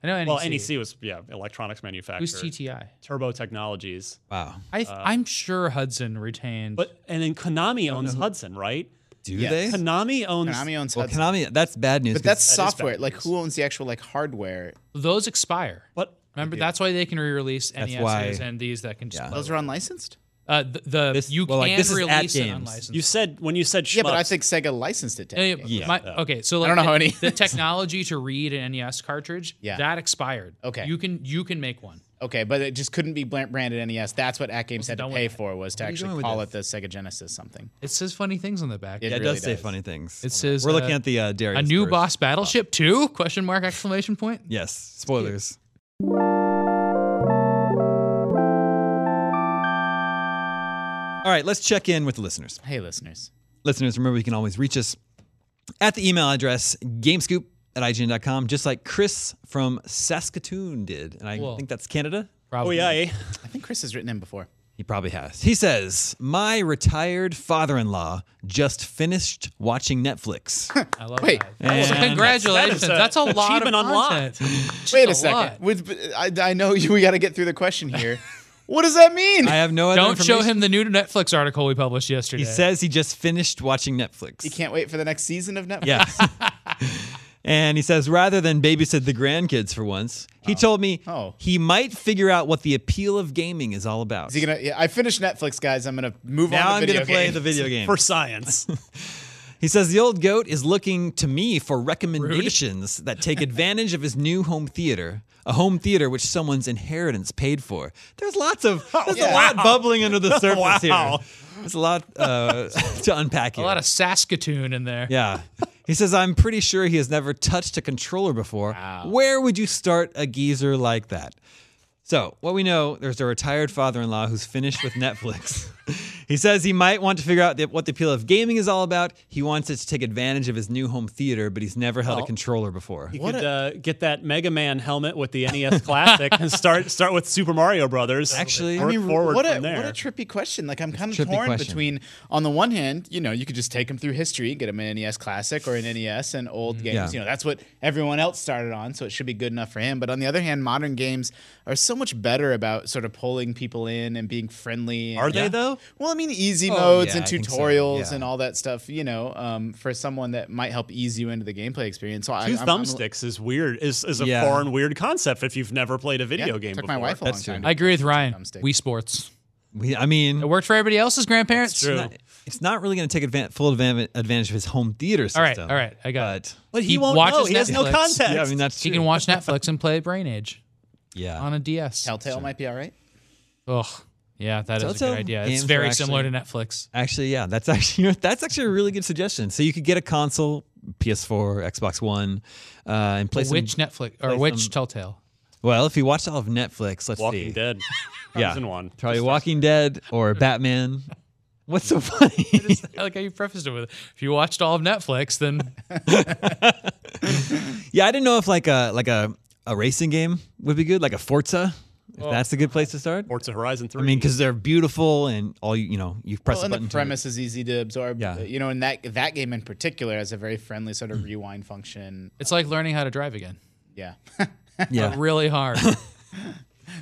I know NEC. Well, NEC was yeah, electronics manufacturer. E Who's TTI? Turbo Technologies. wow, I th- I'm sure Hudson retained. Uh, But and then Konami owns Hudson, right? do Yes. they? Konami owns. Konami owns well, Hudson. Konami. That's bad news. but 'cause that's is software. bad Like, news. who owns the actual like hardware? those expire. But Remember, that's why they can re-release NESs why- and these that can just. Yeah. play Those are unlicensed. Uh, the, the This- you well, like, can this is at release an games. unlicensed. you said when you said shmups, Yeah, but I think Sega licensed it. To Uh, Epic. my- okay, so like don't know the, how any- the technology to read an NES cartridge Yeah. that expired. Okay. you can you can make one. Okay, but it just couldn't be bl- branded NES. That's what At Games had to done with pay it. for was to are you doing actually with call this? it the Sega Genesis something. It says funny things on the back. Yeah, it, really does say does. funny things. It says we're looking uh, at the uh, Darius. a new first. boss battleship two? Question mark exclamation point. Yes, spoilers. All right, let's check in with the listeners. Hey, listeners. Listeners, remember you can always reach us at the email address gamescoop at IGN.com, just like Chris from Saskatoon did. And I Whoa. think that's Canada. oh Probably. yeah, eh? I think Chris has written in before. He probably has. He says, My retired father in law just finished watching Netflix. I love Wait. that. Well, And- congratulations. That is a That's a lot of achievement unlocked. content. That's Wait a a second. lot. With, I, I know you, we got to get through the question here. what does that mean? I have no other Don't show information. him the new Netflix article we published yesterday. He says he just finished watching Netflix. you can't wait for the next season of Netflix. Yes. and he says, rather than babysit the grandkids for once, he told me Oh. he might figure out what the appeal of gaming is all about. Is he gonna? Yeah, I finished Netflix, guys. I'm gonna move now on. I'm to going to video play games. the video game. for science. He says, the old goat is looking to me for recommendations that take advantage of his new home theater. A home theater which someone's inheritance paid for. There's lots of there's a yeah. lot bubbling under the surface Wow. here. There's a lot uh, to unpack here. a lot of Saskatoon in there. Yeah. He says, I'm pretty sure he has never touched a controller before. Where would you start a geezer like that? So, what we know, there's a retired father in law who's finished with Netflix. he says he might want to figure out the, what the appeal of gaming is all about. He wants it to take advantage of his new home theater, but he's never held a controller before. You could uh, get that Mega Man helmet with the NES classic and start start with Super Mario Brothers. Actually- work I mean, forward what a from there. what a trippy question. Like I'm kind a of trippy torn question. between. On the one hand, you know, you could just take them through history, get them an NES classic or an NES and old Mm, games. Yeah. You know, that's what everyone else started on, so it should be good enough for him. But on the other hand, modern games are so much better about sort of pulling people in and being friendly. and- Are they though? Oh, Well, I mean, easy modes yeah, and I think so, tutorials yeah. and all that stuff. You know, um, for someone that might help ease you into the gameplay experience. So I, Two I'm- I'm- thumbsticks is weird. Is is a Yeah. foreign weird concept if you've never played a yeah, video game took before. my wife a That's long true. time. to I agree with Ryan. Thumbstick. Wii Sports. We- I mean, It worked for everybody else's grandparents. true. not- it's not really going to take advan- full advan- advantage of his home theater system. All right, all right, I got it. But, But he, He won't watches know. He has no Netflix. context. yeah, I mean, that's He true. can watch Netflix and play Brain Age yeah. on a DS. Telltale might be all right. Ugh. Yeah, that is a Telltale good idea. It's games very are similar to Netflix. Actually, yeah, that's actually that's actually a really good suggestion. So you could get a console, PS4, Xbox One, uh, and play some. Which Netflix or play which some- Telltale? well, if you watched all of Netflix, let's Walking see, Dead. Yeah. Season one. probably Walking Dead or Batman. What's so funny? I like how you prefaced it with, if you watched all of Netflix, then yeah, I didn't know if like a like a, a racing game would be good, like a Forza. Oh. If that's a good place to start. Forza Horizon 3. I mean, because they're beautiful and all you you know you press Well, a and button. the to- premise is easy to absorb. Yeah. Hmm. You know, and that that game in particular has a very friendly sort of rewind function. it's like learning how to drive again. Yeah. yeah. Really hard.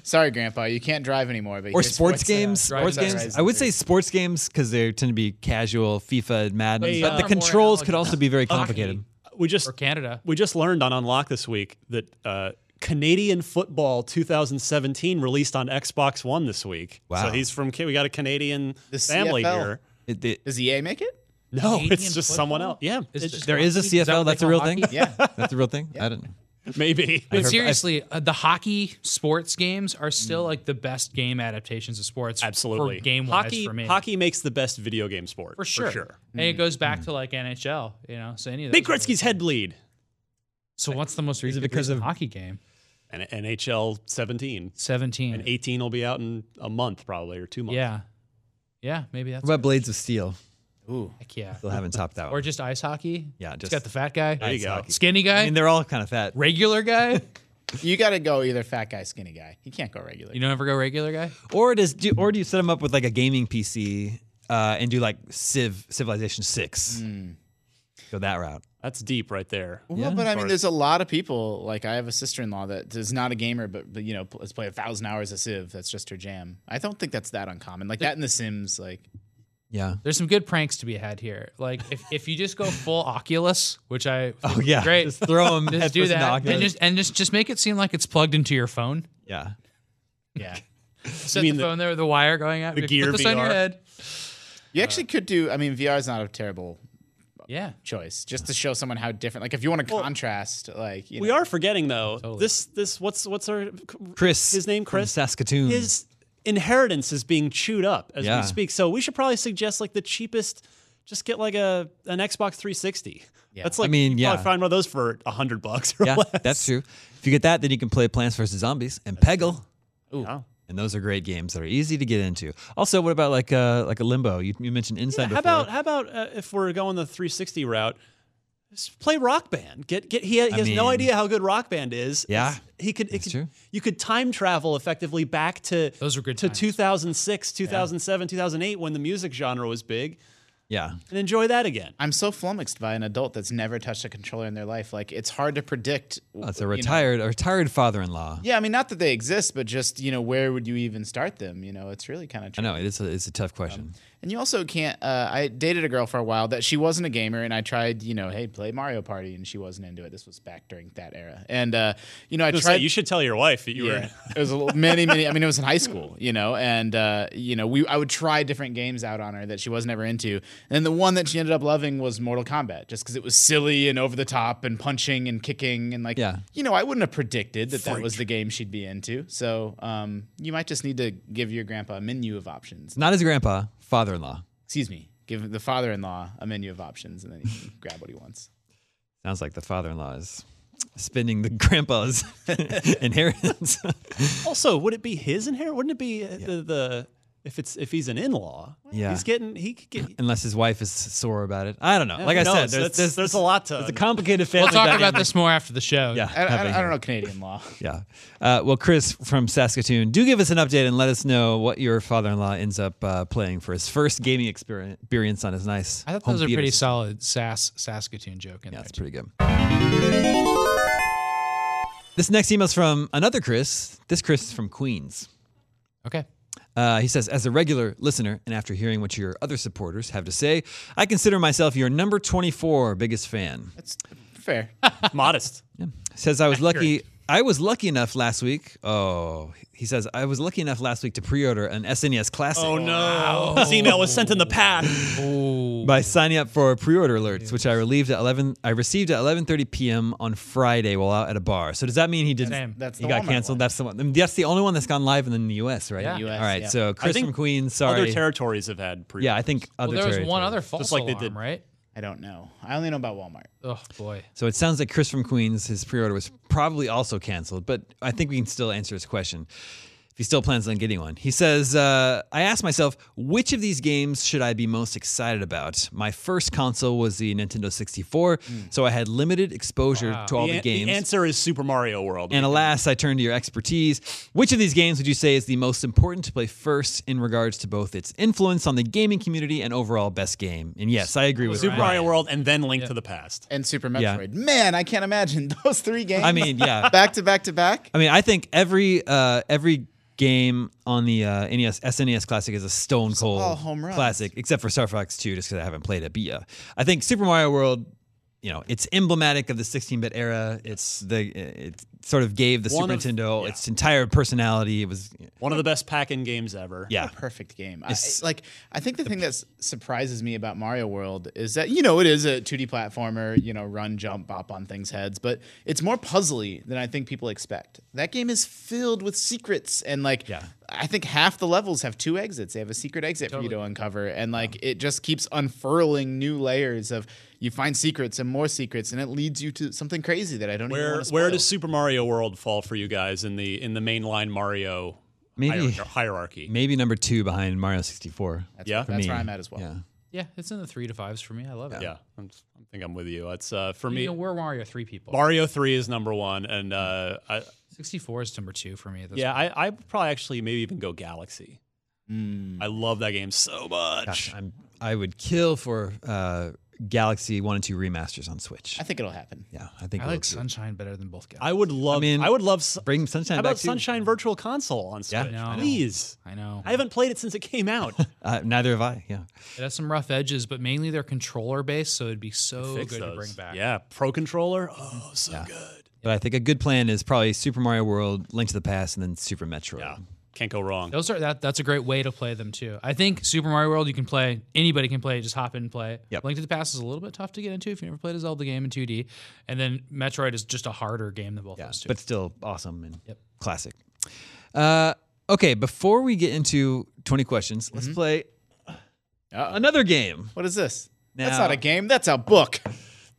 Sorry, Grandpa, you can't drive anymore. But or here's sports games. Drive Sports That games. Horizon I would three. say sports games because they tend to be casual, FIFA and Madden. Hey, but uh, the more controls could analogous. also be very complicated. we just or Canada. we just learned on Unlock this week that uh, Canadian Football 2017 released on Xbox One this week. Wow. So he's from Ca- we got a Canadian The family CFL. here. It- it- Does EA make it? No, it's Canadian just someone football? else. Yeah, It's it- just there is a hockey? Is that CFL. what they That's a call real hockey? thing. Yeah. that's a real thing. I don't. know. maybe. But heard- seriously, uh, the hockey sports games are still like the best game adaptations of sports. Absolutely. for game wise hockey, for me. hockey makes the best video game sport. for sure. And it goes back to like NHL, you know. So any of Big those are- Gretzky's head bleed. So what's the most recent because because of- of hockey game? And NHL 17. Seventeen. And 18 will be out in a month probably or two months. Yeah, yeah. Maybe that's What about Blades of Steel? Ooh. heck yeah. Still haven't topped that Or one. just ice hockey. Yeah, it's just- got the fat guy. There you go. Skinny guy. I mean, they're all kind of fat. regular guy. You got to go either fat guy, skinny guy. You can't go regular. you don't ever go regular guy. Or does do, or do you set them up with like a gaming PC uh, and do like Civ Civilization Six? Hmm. Go that route. That's deep right there. Well, but I mean, Or- there's a lot of people. Like, I have a sister-in-law that is not a gamer, but, but you know, pl- has played a thousand hours of Civ. That's just her jam. I don't think that's that uncommon. Like that in The Sims. Like, Yeah. There's some good pranks to be had here. Like if, if you just go full Oculus, which I think Oh would be yeah. great. Just throw them. Just do that and just and just just make it seem like it's plugged into your phone. yeah. yeah, Set mean the, the- phone there with the wire going out. the Put Gear this on your VR? head. you actually could do. I mean, VR is not a terrible Yeah. choice, just to show someone how different. Like, if you want to contrast, like, you We know, are forgetting though. This this what's what's our Chris. His name, from Chris? Saskatoon. his inheritance is being chewed up as Hmm. Yeah. we speak. So we should probably suggest like the cheapest. Just get like a an Xbox 360. Yeah. That's like I mean, you probably yeah. find one of those for a hundred bucks or yeah, less. that's true. If you get that, then you can play Plants vs Zombies and Peggle. Wow. And those are great games that are easy to get into. Also, what about like uh, like a Limbo? You, you mentioned Inside Yeah, before. how about how about uh, if we're going the 360 route? Just play Rock Band. Get get he, he I has no mean- idea how good Rock Band is. Yeah, he could, it that's could true. you could time travel effectively back to Those were good to times. 2006, 2007, 2008 when the music genre was big yeah, and enjoy that again. I'm so flummoxed by an adult that's never touched a controller in their life. Like, it's hard to predict. that's you Oh, a know. retired a retired father-in-law. Yeah, I mean, not that they exist, but just you know, where would you even start them? You know, it's really kind of. I know it's a, it's a tough question. And you also can't. Uh, I dated a girl for a while that she wasn't a gamer, and I tried, you know, hey, play Mario Party, and she wasn't into it. This was back during that era, and uh, you know, I Just tried. say, you should tell your wife that you were. yeah, it was a little, many, many. I mean, it was in high school, you know, and uh, you know, we I would try different games out on her that she wasn't ever into, and then the one that she ended up loving was Mortal Kombat, just because it was silly and over the top and punching and kicking and like, Yeah. you know, I wouldn't have predicted that that was the game she'd be into. So um, you might just need to give your grandpa a menu of options Not his grandpa, father-in-law. excuse me, give the father-in-law a menu of options, and then he can grab what he wants. Sounds like the father-in-law is spending the grandpa's inheritance. Also, would it be his inheritance? Wouldn't it be uh, the, the if it's if he's an in law? Yeah. he's getting he could get. Unless his wife is sore about it. I don't know. Like I who said, there's knows? That's- there's, there's a lot to- It's a complicated family. We'll talk about dynamic. this more after the show. Yeah, I, I, happening I here. don't know Canadian law. Yeah. Uh, well, Chris from Saskatoon, do give us an update and let us know what your father in law ends up uh, playing for his first gaming exper- experience on his nice. I thought that home was a theater pretty system. solid Sass Saskatoon joke. In Yeah, there. it's pretty good. This next email is from another Chris. This Chris is from Queens. Okay. Uh, he says, as a regular listener, and after hearing what your other supporters have to say, I consider myself your number 24 biggest fan. That's fair. modest. says I was lucky. I was lucky enough last week. Oh, he says I was lucky enough last week to pre-order an SNES E Classic. Oh no! His email was sent in the past. Oh, by signing up for pre-order alerts, which I relieved at eleven. I received at eleven thirty p.m. on Friday while out at a bar. So does that mean he did? Same. That's he the got Walmart canceled. one. That's the one. I mean, that's the only one that's gone live in the U.S. Right? Yeah. US, All right. yeah. So Chris think from Queens. Sorry. Other territories have had pre. yeah, I think Well, other there was one territories. other false like they alarm, did. right? I don't know. I only know about Walmart. Oh boy. So it sounds like Chris from Queens, his pre-order was probably also canceled, but I think we can still answer his question if he still plans on getting one. He says, uh, "I asked myself which of these games should I be most excited about. My first console was the Nintendo 64, so I had limited exposure to all Hmm. The, the, an- games. the answer is Super Mario World. and alas, I turn to your expertise. Which of these games would you say is the most important to play first in regards to both its influence on the gaming community and overall best game? And yes, I agree with Super Brian. Mario World, and then Link to the Past. And Super Yeah. Metroid. Man, I can't imagine those three games. I mean, yeah. back to back to back. I mean, I think every uh, every game on the uh, NES SNES Classic is a stone cold all home runs. classic, except for Star Fox Two, just because I haven't played it. But yeah, I think Super Mario World, you know, it's emblematic of the 16-bit era. It's the it sort of gave the One Super of- Nintendo yeah. its entire personality. It was One of the best pack-in games ever. yeah. Perfect game. I, It's- like I think the thing that s- surprises me about Mario World is that you know it is a 2D platformer, you know, run, jump, bop on things heads, but it's more puzzly than I think people expect. That game is filled with secrets and like Yeah. I think half the levels have two exits. They have a secret exit for you to uncover and like it just keeps unfurling new layers of you find secrets and more secrets and it leads you to something crazy that I don't even Where want to where does Super Mario World fall for you guys in the in the mainline Mario Maybe hierarchy? hierarchy? maybe number two behind Mario 64. yeah, That's me. where I'm at as well. Yeah. Yeah, it's in the three to fives for me. I love it. yeah. I'm, I think I'm with you. It's uh, for You me. know, we're Mario three people. Mario Three is number one, and uh, I, Sixty four is number two for me. At this yeah, I I probably actually maybe even go Galaxy. I love that game so much. Gosh, I'm I would kill for uh, Galaxy One and Two remasters on Switch. I think it'll happen. Yeah, I think I it'll like do. Sunshine better than both guys. I would love. I, mean, would love. s- bring How Sunshine back about too. Sunshine Virtual Console on Yeah. Switch? No, I know. Please. I know. I haven't played it since it came out. Uh, neither have I. Yeah. It has some rough edges, but mainly they're controller based, so it'd be so good Fix to those. bring back. Yeah, Pro Controller. Oh, so good. But I think a good plan is probably Super Mario World, Link to the Past, and then Super Metroid. Yeah, can't go wrong. Those are that. That's a great way to play them too. I think Super Mario World you can play. Anybody can play. Just hop in and play. Yep. Link to the Past is a little bit tough to get into if you never played a Zelda game in 2D, and then Metroid is just a harder game than both those two. But still awesome and classic. Uh, okay, before we get into 20 questions, Mm-hmm. let's play uh, another game. What is this? that's Now- not a game. That's a book.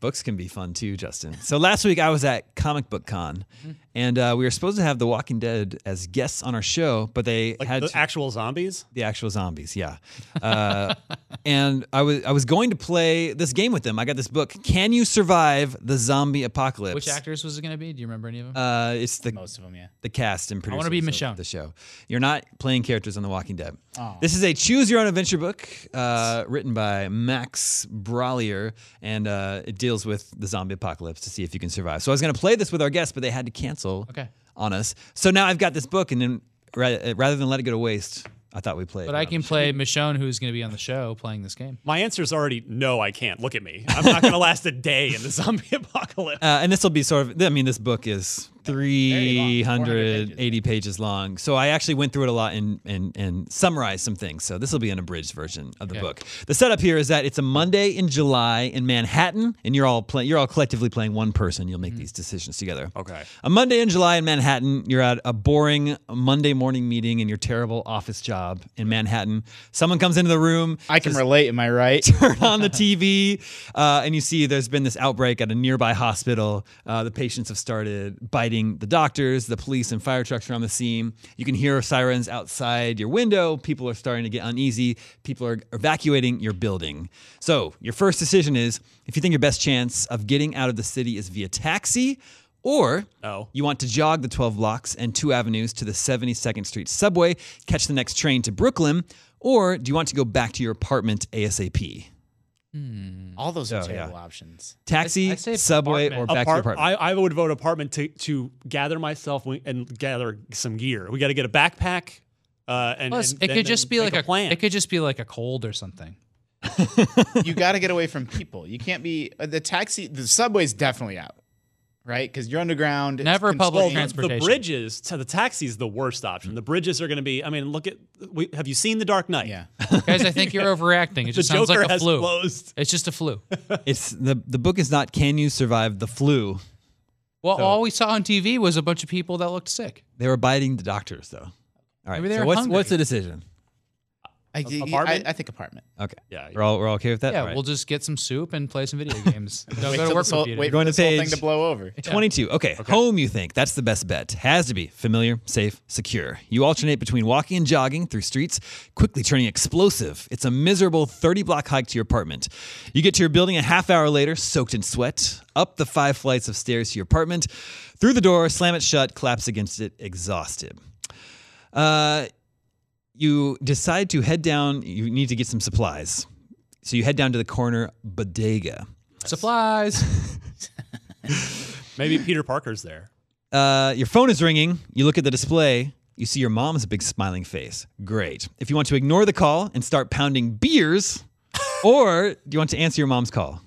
Books can be fun too, Justin. So last week I was at Comic Book Con, Mm-hmm. and uh, we were supposed to have The Walking Dead as guests on our show, but they Like had the to- actual zombies. the actual zombies. Yeah, uh, and I was I was going to play this game with them. I got this book. Can you survive the zombie apocalypse? Which actors was it going to be? Do you remember any of them? Uh, it's the Most of them, yeah. the cast and producers. wanna be of Michonne. The show. You're not playing characters on The Walking Dead. This is a choose your own adventure book uh, written by Max Brollier, and uh, it deals with the zombie apocalypse to see if you can survive. So I was going to play this with our guests, but they had to cancel Okay. on us. So now I've got this book, and then ra- rather than let it go to waste, I thought we played. but I can play Michonne, who's going to be on the show playing this game. My answer's already no. I can't. Look at me. I'm not going to last a day in the zombie apocalypse. Uh, and this will be sort of, I mean, this book is 380 pages long. So I actually went through it a lot and, and, and summarized some things. So this will be an abridged version of the book. The setup here is that it's a Monday in July in Manhattan, and you're all, play, you're all collectively playing one person. You'll make these decisions together. Okay. A Monday in July in Manhattan, you're at a boring Monday morning meeting in your terrible office job in Manhattan. Someone comes into the room I can relate. Am I right? turn on the TV, uh, and you see there's been this outbreak at a nearby hospital. Uh, the patients have started biting the doctors. The police and fire trucks are on the scene. You can hear sirens outside your window. People are starting to get uneasy. People are evacuating your building. So, your first decision is if you think your best chance of getting out of the city is via taxi, or Oh. you want to jog the 12 blocks and two avenues to the 72nd Street subway, catch the next train to Brooklyn, or do you want to go back to your apartment ASAP? All those are Oh, yeah. terrible options. Taxi, I say subway, or back apartment. to your Apart- apartment? I, I would vote apartment to to gather myself wi- and gather some gear. We got to get a backpack. Uh, and Plus, and it then- could just then be make like a, plan. It could just be like a cold or something. You got to get away from people. You can't be uh, the taxi. The subway's definitely out. right? Because you're underground. it's Never public constrained. transport. The transportation. bridges to the taxi is the worst option. The bridges are going to be. I mean, look at. We, have you seen The Dark Knight? Yeah. Guys, I think you're overreacting. It The just sounds Joker like a has flu. closed. It's just a flu. It's the the book is not can you survive the flu. Well, all we saw on TV was a bunch of people that looked sick. They were biting the doctors though. All right. Maybe they So were what's hungry. what's the decision? I, I- apartment? I think apartment. Okay. Yeah. We're all we're all okay with that. Yeah, All right. we'll just get some soup and play some video games. Don't go till to work this whole, with wait you. Going for to this whole thing page- to blow over. 22. Okay. Home, you think. That's the best bet. Has to be familiar, safe, secure. You alternate between walking and jogging through streets, quickly turning explosive. It's a miserable 30 block hike to your apartment. You get to your building a half hour later, soaked in sweat, up the five flights of stairs to your apartment, through the door, slam it shut, collapse against it, exhausted. Uh, you decide to head down. You need to get some supplies. So you head down to the corner bodega. Supplies. Maybe Peter Parker's there. Uh, your phone is ringing. You look at the display. You see your mom's big smiling face. Great. If you want to ignore the call and start pounding beers, or do you want to answer your mom's call?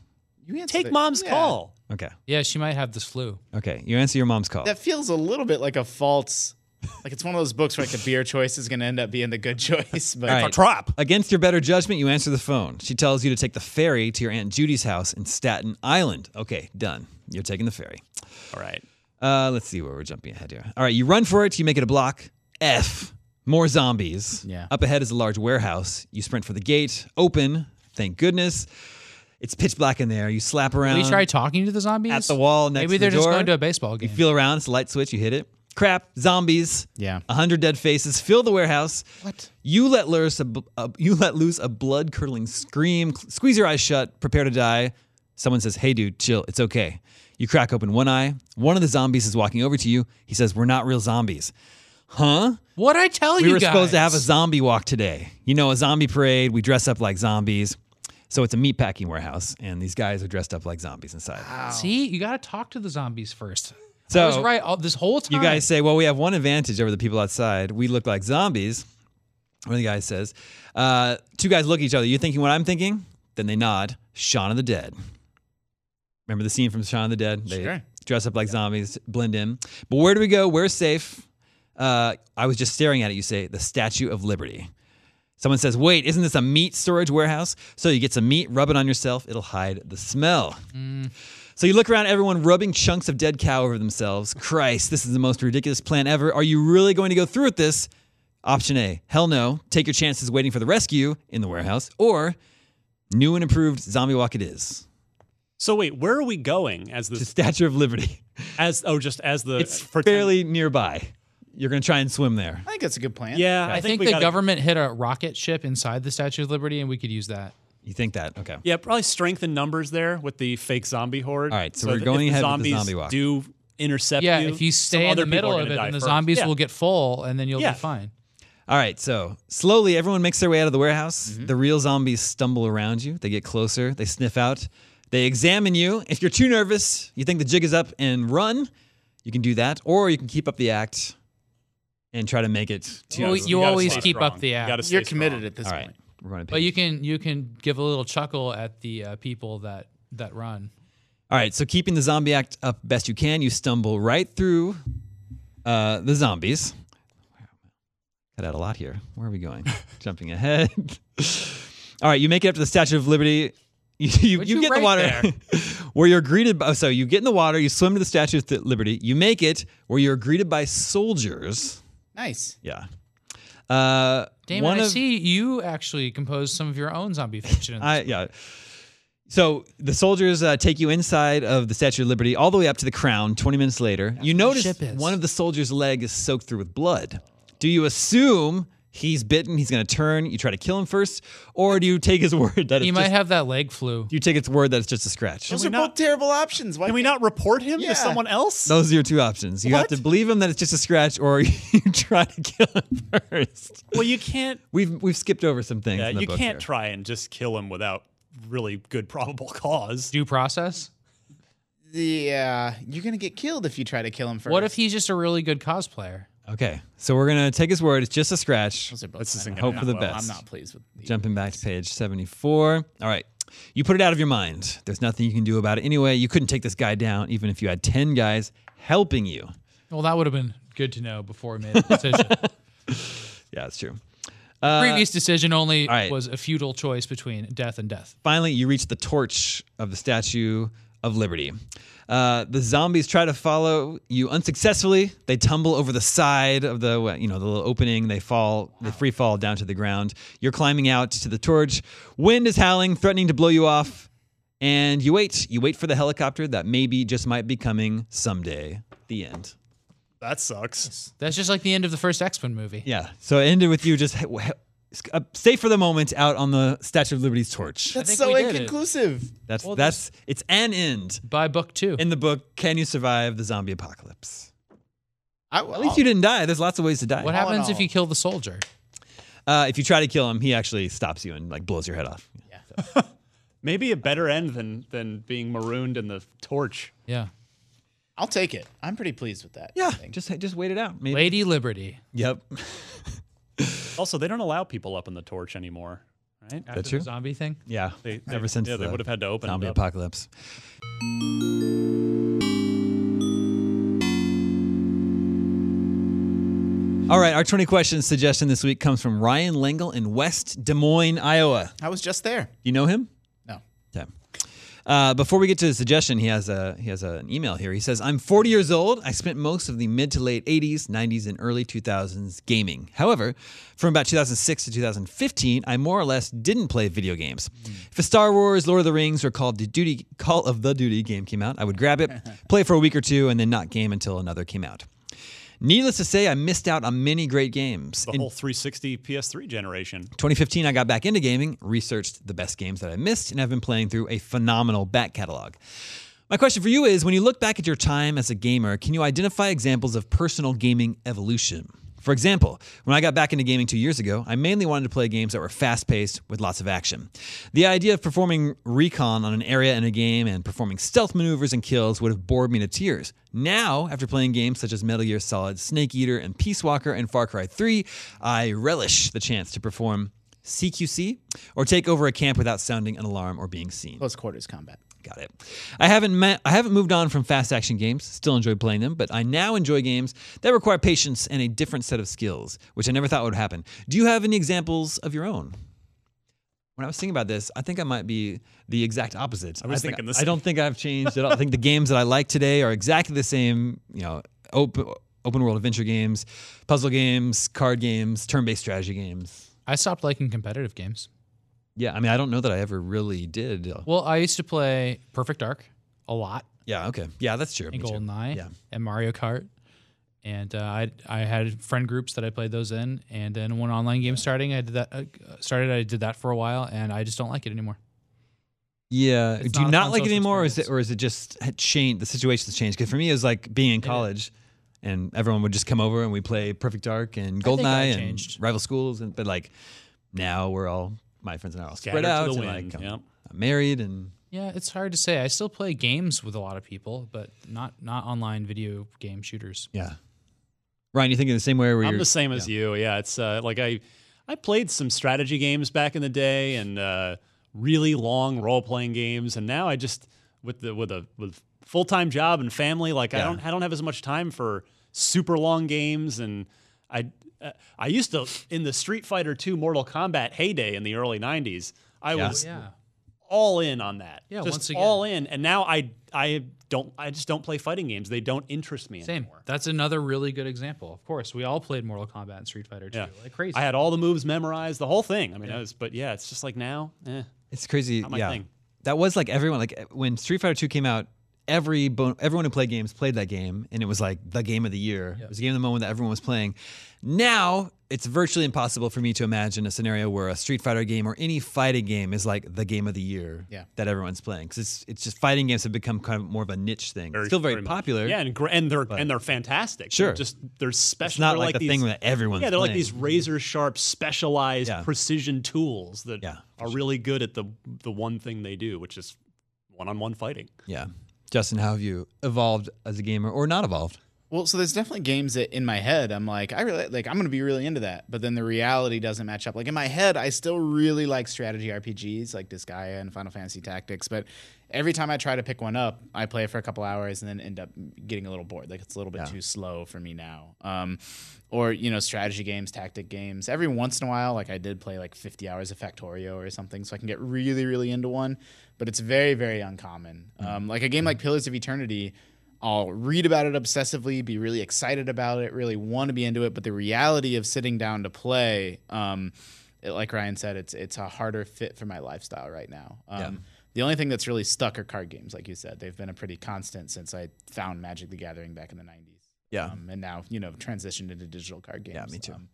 You answer Take the- mom's yeah. call. Okay. Yeah, she might have this flu. Okay. You answer your mom's call. That feels a little bit like a false. Like it's one of those books where like the beer choice is going to end up being the good choice, but All right. Trap. Against your better judgment, you answer the phone. She tells you to take the ferry to your Aunt Judy's house in Staten Island. Okay, done. You're taking the ferry. All right. Uh, let's see where we're jumping ahead here. All right, you run for it. You make it a block. F. More zombies. Yeah. Up ahead is a large warehouse. You sprint for the gate. Open. Thank goodness. It's pitch black in there. You slap around. Will you try talking to the zombies Um, At the wall next Maybe to they're the just door. going to a baseball You game. feel around. It's a light switch. You hit it. Crap. Zombies. Yeah. A hundred dead faces fill the warehouse. What? You let loose a, bl- a you let loose a blood curdling scream. Cl- Squeeze your eyes shut. Prepare to die. Someone says, "Hey, dude, chill. It's okay." You crack open one eye. One of the zombies is walking over to you. He says, "We're not real zombies." Huh? what I tell you we were guys? supposed to have a zombie walk today. You know, a zombie parade. We dress up like zombies. So it's a meatpacking warehouse, and these guys are dressed up like zombies inside. See, you got to talk to the zombies first. So I was right all, this whole time. You guys say, well, we have one advantage over the people outside. We look like zombies. One of the guys says, uh, two guys look at each other. You thinking what I'm thinking? Then they nod. Shaun of the Dead. Remember the scene from Shaun of the Dead? They Sure. dress up like zombies, blend in. But where do we go? We're safe. Uh, I was just staring at it. You say, the Statue of Liberty. Someone says, wait, isn't this a meat storage warehouse? So you get some meat, rub it on yourself, it'll hide the smell. So you look around, everyone rubbing chunks of dead cow over themselves. Christ, this is the most ridiculous plan ever. Are you really going to go through with this? Option A, hell no. Take your chances waiting for the rescue in the warehouse, or new and improved zombie walk it is. So wait, where are we going as The this? Statue of Liberty. As oh, just as the It's pretend- fairly nearby. You're going to try and swim there. I think that's a good plan. Yeah, I, think, we the gotta- government hit a rocket ship inside the Statue of Liberty, and we could use that. You think that? Okay. Yeah, probably strength in numbers there with the fake zombie horde. All right, so that we're if going the ahead with the zombies zombie walk. Do intercept Yeah, you. if you some stay in other the people are middle of gonna it, die then the first. zombies Yeah. will get full, and then you'll Yeah. be fine. All right, so slowly everyone makes their way out of the warehouse. The real zombies stumble around you. They get closer, they sniff out, they examine you. If you're too nervous, you think the jig is up and run, you can do that, or you can keep up the act and try to make it to You, Yeah, al- so you gotta always stay keep strong. up the You act. gotta stay You're committed strong. at this All right, point. we're going to but you can you can give a little chuckle at the uh, people that that run. All right, so keeping the zombie act up best you can, you stumble right through uh, the zombies. Cut out a lot here. Where are we going? Jumping ahead. All right, you make it up to the Statue of Liberty. You, you, What'd you you get in the write water where you're greeted by, so you get in the water, you swim to the Statue of Liberty, you make it where you're greeted by soldiers. Nice. Yeah. Uh, Damon, one I of- see you actually composed some of your own zombie fiction. I yeah. So the soldiers uh, take you inside of the Statue of Liberty, all the way up to the crown. Twenty minutes later, you notice ship is. one of the soldiers' leg is soaked through with blood. Do you assume he's bitten? He's going to turn. You try to kill him first, or do you take his word that it's you just, might have that leg flu. you take its word that it's just a scratch? Those we are not- both terrible options. Why Can we can't- not report him Yeah. to someone else? Those are your two options. You have to What? believe him that it's just a scratch, or you try to kill him first. Well, you can't. We've we've skipped over some things. Yeah, in the you book can't here. try and just kill him without really good probable cause. Due process. Yeah, uh, you're gonna get killed if you try to kill him first. What if he's just a really good cosplayer? Okay, so we're gonna take his word. It's just a scratch. Those are both This kind isn't of- gonna Hope for the end well. best. I'm not pleased with. the- Jumping back to page 74. All right. You put it out of your mind. There's nothing you can do about it anyway. You couldn't take this guy down even if you had 10 guys helping you. Well, that would have been good to know before we made the decision. Yeah, that's true. Previous decision only Uh, all right. was a futile choice between death and death. Finally, you reach the torch of the Statue of Liberty. Uh, the zombies try to follow you unsuccessfully. They tumble over the side of the, well, you know, the little opening. They fall, they free fall down to the ground. You're climbing out to the torch. Wind is howling, threatening to blow you off. And you wait. You wait for the helicopter that maybe just might be coming someday. The end. That sucks. That's just like the end of the first X Men movie. Yeah. So it ended with you just he- he- uh, safe for the moment out on the Statue of Liberty's torch. That's think so we did it. inconclusive. That's Well, that's it's an end. By book two. in the book Can You Survive the Zombie Apocalypse? I, At Oh. least you didn't die. There's lots of ways to die. what all in happens if all. you kill the soldier? Uh, if you try to kill him, he actually stops you and like blows your head off. Maybe a better end than than being marooned in the torch. Yeah. I'll take it. I'm pretty pleased with that. Yeah, I think. just just wait it out. Maybe. Lady Liberty. Yep, Also, they don't allow people up in the torch anymore, right? After true. The zombie thing. yeah. They, Ever since yeah, they the would have had to open Zombie it up. Apocalypse. All right, our 20 questions suggestion this week comes from Ryan Langle in West Des Moines, Iowa. I was just there. You know him? No. Okay. Uh, before we get to the suggestion, he has a he has a- an email here. He says, "I'm 40 years old. I spent most of the mid to late 80s, 90s, and early 2000s gaming. However, from about 2006 to 2015, I more or less didn't play video games. If a Star Wars, Lord of the Rings, or Call of the Duty Call of the Duty game came out, I would grab it, play for a week or two, and then not game until another came out. Needless to say, I missed out on many great games. The In whole 360 PS3 generation. 2015, I got back into gaming, researched the best games that I missed, and I've been playing through a phenomenal back catalog. My question for you is when you look back at your time as a gamer, can you identify examples of personal gaming evolution? For example, when I got back into gaming two years ago, I mainly wanted to play games that were fast paced with lots of action. The idea of performing recon on an area in a game and performing stealth maneuvers and kills would have bored me to tears. Now, after playing games such as Metal Gear Solid, Snake Eater, and Peace Walker and Far Cry 3, I relish the chance to perform CQC or take over a camp without sounding an alarm or being seen. Close quarters combat. Got it. I haven't met, I haven't moved on from fast action games. Still enjoy playing them, but I now enjoy games that require patience and a different set of skills, which I never thought would happen. Do you have any examples of your own? When I was thinking about this, I think I might be the exact opposite. I was think- thinking the I same. don't think I've changed at all. I think the games that I like today are exactly the same. You know, open open world adventure games, puzzle games, card games, turn based strategy games. I stopped liking competitive games. Yeah, I mean, I don't know that I ever really did. Well, I used to play Perfect Dark a lot Yeah, okay, yeah, that's true. and Me too. GoldenEye Yeah. and Mario Kart. And uh, I I had friend groups that I played those in, and then when online games starting, I did that uh, started. I did that for a while, and I just don't like it anymore. Yeah. It's Do you not a not fun like it social anymore, or is it, experience. or is it just had changed? The situation's changed. Because for me, it was like being in college, and everyone would just come over and we play Perfect Dark and think I Goldeneye and changed. rival schools, and but like now we're all my friends and I are all Scattered spread to out, the and wind, like I'm, yep. I'm married, and Yeah, it's hard to say. I still play games with a lot of people, but not not online video game shooters. yeah. Ryan, you thinking the same way? Where I'm you're the same as you. Yeah, it's uh, like I I played some strategy games back in the day and uh, really long role playing games, and now I just with the with a with full time job and family, like I don't I don't have as much time for super long games, and I uh, I used to in the Street Fighter II Mortal Kombat heyday in the early '90s. I Yeah. was Oh, Yeah, all in on that. Yeah, just once again. all in, and now I I don't I just don't play fighting games. They don't interest me same. anymore. That's another really good example. Of course, we all played Mortal Kombat and Street Fighter 2 Yeah. like crazy. I had all the moves memorized, the whole thing. I mean, I was, but yeah, it's just like now, eh. It's crazy. my yeah. thing. That was like everyone like when Street Fighter 2 came out, every bon- everyone who played games played that game and it was like the game of the year. It was a game of the moment that everyone was playing. Now, it's virtually impossible for me to imagine a scenario where a Street Fighter game or any fighting game is like the game of the year Yeah. that everyone's playing cuz it's it's just fighting games have become kind of more of a niche thing. It's still very, much. popular. Yeah, and gr- and they're and they're fantastic. They're Sure. just they're special. It's not they're like, the these, thing that everyone's Yeah, they're like playing. these razor sharp, specialized, Yeah. precision tools that Yeah, for are really good at the the one thing they do, which is one on one fighting. Yeah. Justin, how have you evolved as a gamer or not evolved? Well, so there's definitely games that in my head I'm like, I really like I'm gonna be really into that, but then the reality doesn't match up. Like in my head, I still really like strategy RPGs like Disgaea and Final Fantasy Tactics, but every time I try to pick one up, I play it for a couple hours and then end up getting a little bored. Like it's a little bit too slow for me now. Um, or you know, strategy games, tactic games. Every once in a while, like I did play like 50 hours of Factorio or something, so I can get really, really into one. But it's very, very uncommon. Um, like a game like Pillars of Eternity. I'll read about it obsessively, be really excited about it, really want to be into it. But the reality of sitting down to play, um, it- like Ryan said, it's it's a harder fit for my lifestyle right now. Um, The only thing that's really stuck are card games, like you said. They've been a pretty constant since I found Magic the Gathering back in the '90s, Yeah. um, and now you know transitioned into digital card games. Yeah, me too. Um,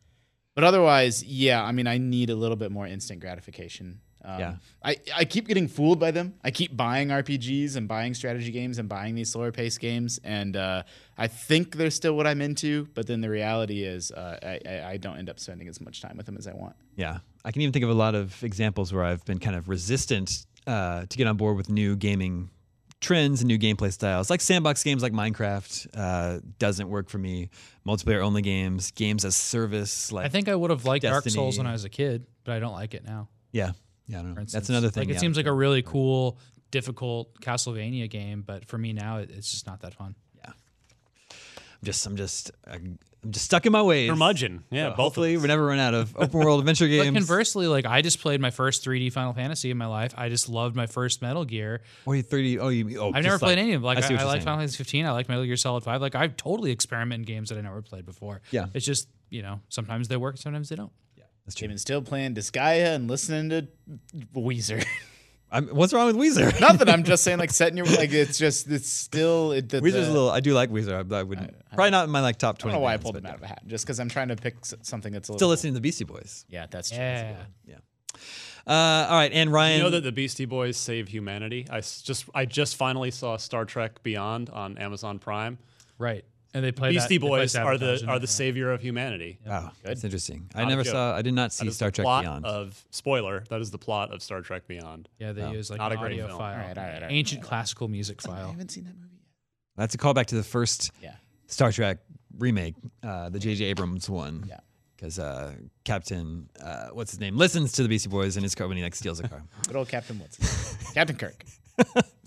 but otherwise, yeah, I mean, I need a little bit more instant gratification. Um, Yeah. I, I keep getting fooled by them. I keep buying RPGs and buying strategy games and buying these slower paced games. And uh, I think they're still what I'm into. But then the reality is, uh, I, I, I don't end up spending as much time with them as I want. Yeah, I can even think of a lot of examples where I've been kind of resistant uh, to get on board with new gaming trends and new gameplay styles. Like sandbox games, like Minecraft, uh, doesn't work for me. Multiplayer only games, games as service, like I think I would have liked Dark Souls when Destiny. I was a kid, but I don't like it now. yeah, yeah, I don't for know. instance. That's another thing. Like it yeah. seems like a really cool, difficult Castlevania game, but for me now, it, it's just not that fun. I'm just I'm just uh, I'm just stuck in my ways. Curmudgeon. Uh, Yeah, both of hopefully, us. we never run out of open world adventure games. But conversely, like I just played my first 3D Final Fantasy in my life. I just loved my first Metal Gear. Or you 30. Oh, you. Oh, I've never just played any of them. Like I, see I, what you're like saying. Final Fantasy 15. I like Metal Gear Solid 5. Like I've totally experimented in games that I never played before. Yeah. it's just you know sometimes they work, sometimes they don't. That's true. Even still playing Disgaea and listening to Weezer. I'm, what's wrong with Weezer? Not that I'm just saying, like, setting your, like, it's just, it's still, it, the, Weezer's the- a little. I do like Weezer. I, I wouldn't. probably not in my like top I twenty. don't know why I bands, pulled but them out of a hat, just because I'm trying to pick s- something that's a little. Still listening to the Beastie Boys. Yeah, that's true. Yeah, Uh, all right, and Ryan. You know that the Beastie Boys save humanity. I s- just I just finally saw Star Trek Beyond on Amazon Prime. right. And they play Beastie that- they play Boys are the Sabotage in are it, the yeah. savior of humanity. wow, Oh, that's interesting. I Not a never joke. saw. I did not see That is Star the Trek plot Beyond. Of spoiler, that is the plot of Star Trek Beyond. Yeah, they use like Not an a great audio film. file, All right, all right, all right. ancient classical music I file. haven't seen that movie yet. That's a callback to the first Yeah. Star Trek remake, uh, the J.J. Abrams one. Yeah. Because uh, Captain, uh, what's his name, listens to the Beastie Boys in his car when he like steals a car. Good old Captain What's Captain Kirk.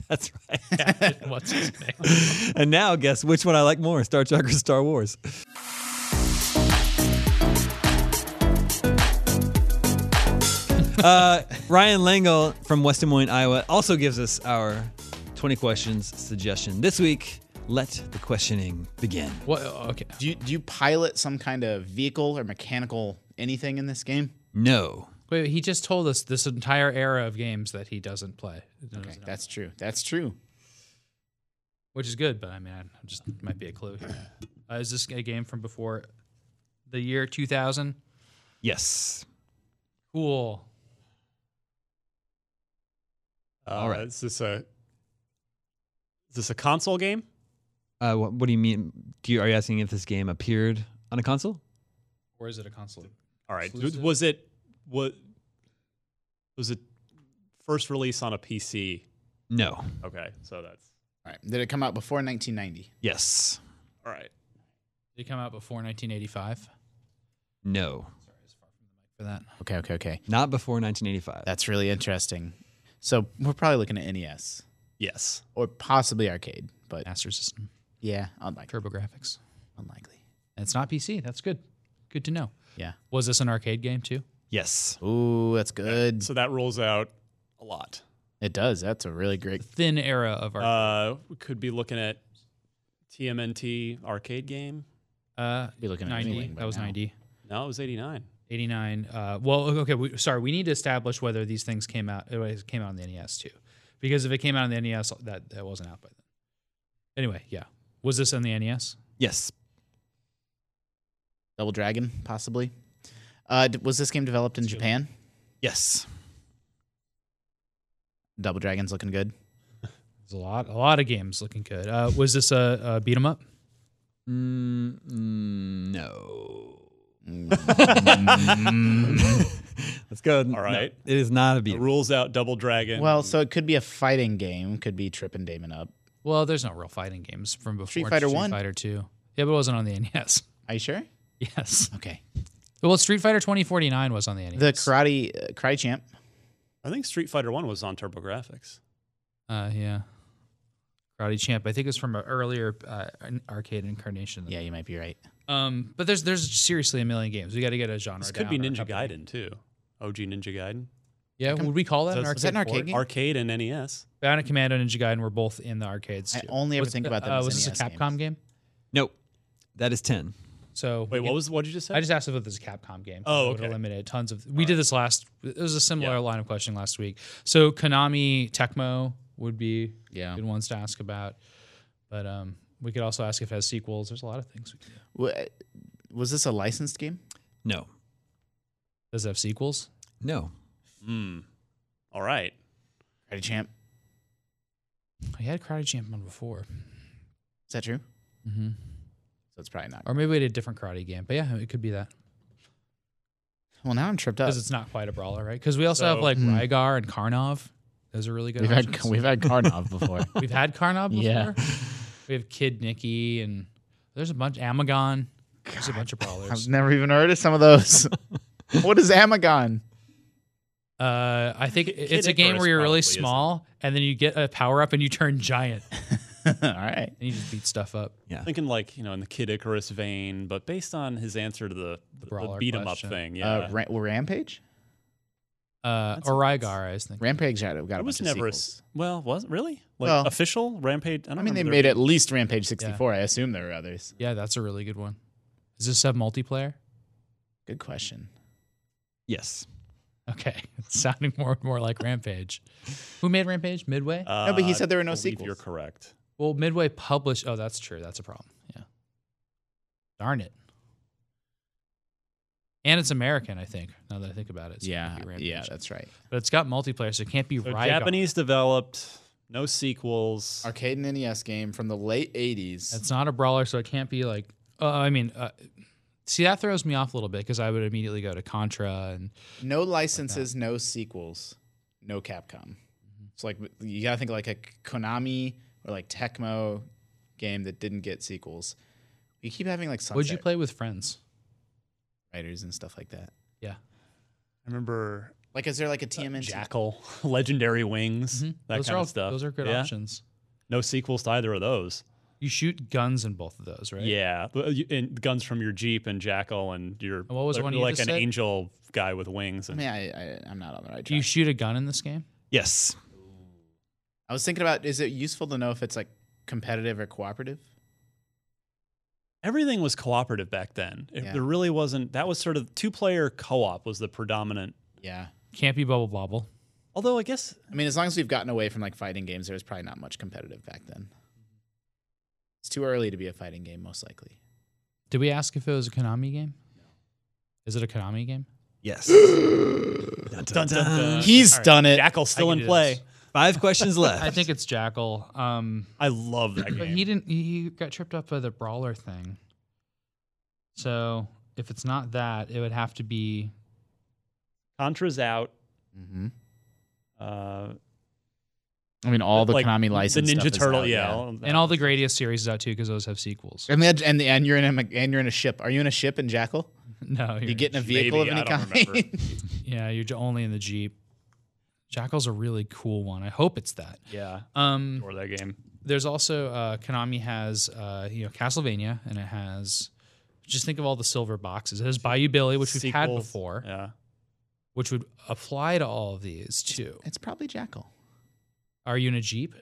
That's right. What's his name? and now guess which one I like more, Star Trek or Star Wars? uh, Ryan Langle from West Des Moines, Iowa, also gives us our 20 questions suggestion. This week, let the questioning begin. What? oh, Okay. Do you, do you pilot some kind of vehicle or mechanical anything in this game? No. Wait, he just told us this entire era of games that he doesn't play, Okay, that's true. That's true. which is good. But I mean, I just might be a clue. Here. Uh, is this a game from before the year 2000? Yes. Cool. Uh, All right. Is this a is this a console game? Uh, what, what do you mean? Do you, are you asking if this game appeared on a console? Or is it a console? All right. Exclusive? Was it what was it first release on a PC? No. Okay, so that's All right. Did it come out before 1990? Yes. all right. Did it come out before 1985? No. For that, Okay, okay, okay. Not before 1985. That's really interesting. So we're probably looking at NES Yes. or possibly arcade, but Master System, yeah, unlikely. Turbo Graphics. Unlikely. And it's not PC. That's good. Good to know. Yeah. Was this an arcade game too? Yes. Ooh, that's good. So that rules out a lot. It does. That's a really great. Thin era of arcade. Uh, we could be looking at TMNT arcade game. Uh, Be looking at 90. anything by That was now. 90. No, it was eighty nine. 89. Uh, well, okay. We, sorry, we need to establish whether these things came out. uh, It came out on the NES too, because if it came out on the NES, that that wasn't out by then. Anyway, yeah. Was this on the E NES? Yes. Double Dragon, possibly. Uh, d- was this game developed in Japan? Yes. Double Dragon's looking good. There's a lot, a lot of games looking good. Uh, was this a, a beat 'em up? Mm, mm, no. Mm. Let's go. All right. it is not a beat. It rules out Double Dragon. Well, so it could be a fighting game, could be tripping Damon up. Well, there's no real fighting games from before Street Fighter 1. Fighter Two. Yeah, but it wasn't on the NES. Are you sure? Yes. Okay. Well, Street Fighter 2049 was on the E NES. The karate uh, karate champ. I think Street Fighter One was on TurboGrafx. uh, yeah. Karate Champ. I think it was from an earlier uh, an arcade incarnation. Yeah, you might be right. Um, but there's there's seriously a million games. We got to get a genre. This could be down or a Ninja couple. Gaiden too. OG Ninja Gaiden, Yeah, would we call that an Is arcade? that- is that an arcade port? game? arcade and E NES. Bionic Commando and Ninja Gaiden were both in the arcades. I too. only ever Was- think about them Uh, as was this a NES games. Capcom game? Nope. That is 10. So Wait, what was what did you just say? I just asked if it was a Capcom game. It Oh, would okay. Eliminated tons of. We did this last. It was a similar line of questioning last week. So Konami Tecmo would be Yeah. good ones to ask about, but um, we could also ask if it has sequels. There's a lot of things. We could do. Wa- Was this a licensed game? No. Does it have sequels? No. Hmm. All right. Karate champ. I had Karate Champion before, Is that true? mm-hmm. So it's probably not. or maybe we had a different karate game. But yeah, it could be that Well, now I'm tripped up. because it's not quite a brawler, right? Because we also have So- like Uh, Hmm. Rygar and Karnov. Those are really good. We've had options. we've had Karnov before. We've had Karnov before. Yeah. We have Kid Nicky and there's a bunch Amagon. There's a bunch of I've brawlers. never even heard of some of those. what is Amagon? Uh, I think it's a Icarus game where you're probably really isn't. small and then you get a power up and you turn giant and All right. you just beat stuff up. Thinking like you know in the Kid Icarus vein, but based on his answer to the, the, brawler beat 'em up question. thing, yeah. Uh, Ra- well, Rampage. Uh, That's- or Rygar, I was thinking. Rampage had got a it was bunch of never a sequels. s well, was really like Well- official Rampage. I, don't I mean, they remember made there- at least Rampage 64. I assume there were others. Yeah, that's a really good one. Does this have multiplayer? Good question. Yes. Okay, it's sounding more and more like Rampage. Who made Rampage? Midway. Uh, No, but he said there were I no believe sequels. You're correct. well, Midway published. Oh, that's true. That's a problem. Yeah. Darn it. And it's American, I think. Now that I think about it, so it Yeah, could be Rampage. yeah, that's right. but it's got multiplayer, so it can't be So Rygar. Japanese developed, no sequels. Arcade and NES game from the late 80s. It's not a brawler, so it can't be like. Uh, I mean, uh, see, that throws me off a little bit because I would immediately go to Contra and no licenses, no sequels, no Capcom. It's like you gotta think like a Konami or like Tecmo game that didn't get sequels. You keep having like Sunset would you play with friends? Riders and stuff like that. Yeah, I remember Like, is there like a TMNT? Jackal, Legendary Wings, that Mm-hmm. those kind are all, of stuff. Those are good Yeah. options. No sequels to either of those. You shoot guns in both of those, right? Yeah, but uh, you- and guns from your Jeep and Jackal and your uh, What was the one you like just an said? angel guy with wings I and mean, I, I, I'm not on the right Do you track. shoot a gun in this game? Yes. I was thinking about is it useful to know if it's like competitive or cooperative? everything was cooperative back then. It, Yeah. There really wasn't. That was sort of two player co op was the predominant. Yeah. Can't be bubble bobble. Although I guess I mean, as long as we've gotten away from like fighting games, there was probably not much competitive back then. It's too early to be a fighting game, most likely. Did we ask if it was a Konami game? Is it a Konami game? Yes. dun, dun, dun. He's done it. Jackal's still I in can do play. this. Five questions left. I think it's Jackal. Um, I love that but he game. didn't. He got tripped up by the brawler thing. So if it's not that, it would have to be Contra's out. Mm-hmm. Uh, I mean, all the like, Konami license, the Ninja stuff is Turtle, out, yeah, all that. and all the Gradius series is out too because those have sequels. And the, and the, and you're in a and you're in a ship. Are you in a ship in Jackal? No, Do you're, you get in a vehicle Maybe, of any I don't kind? remember. yeah, you're j- only in the Jeep. Jackal's a really cool one. I hope it's that. yeah, Um, or that game. there's also uh, Konami has uh, you know Castlevania, and it has just think of all the silver boxes. It has Bayou Billy, which we've had Sequels. before, Yeah, which would apply to all of these too. it's probably Jackal. Are you in a Jeep?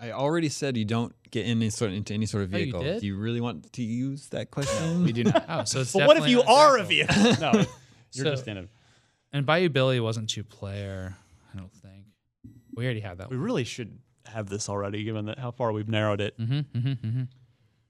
I already said you don't get any sort into any sort of Oh, you vehicle. did? Do you really want to use that question? We do not. Oh, so it's but what if definitely you not are a Jackal. vehicle? no, you're So- just in it. And Bayou Billy wasn't two player, I don't think. We already had that We one. really should have this already, given that how far we've narrowed it. Mm-hmm, mm-hmm, mm-hmm.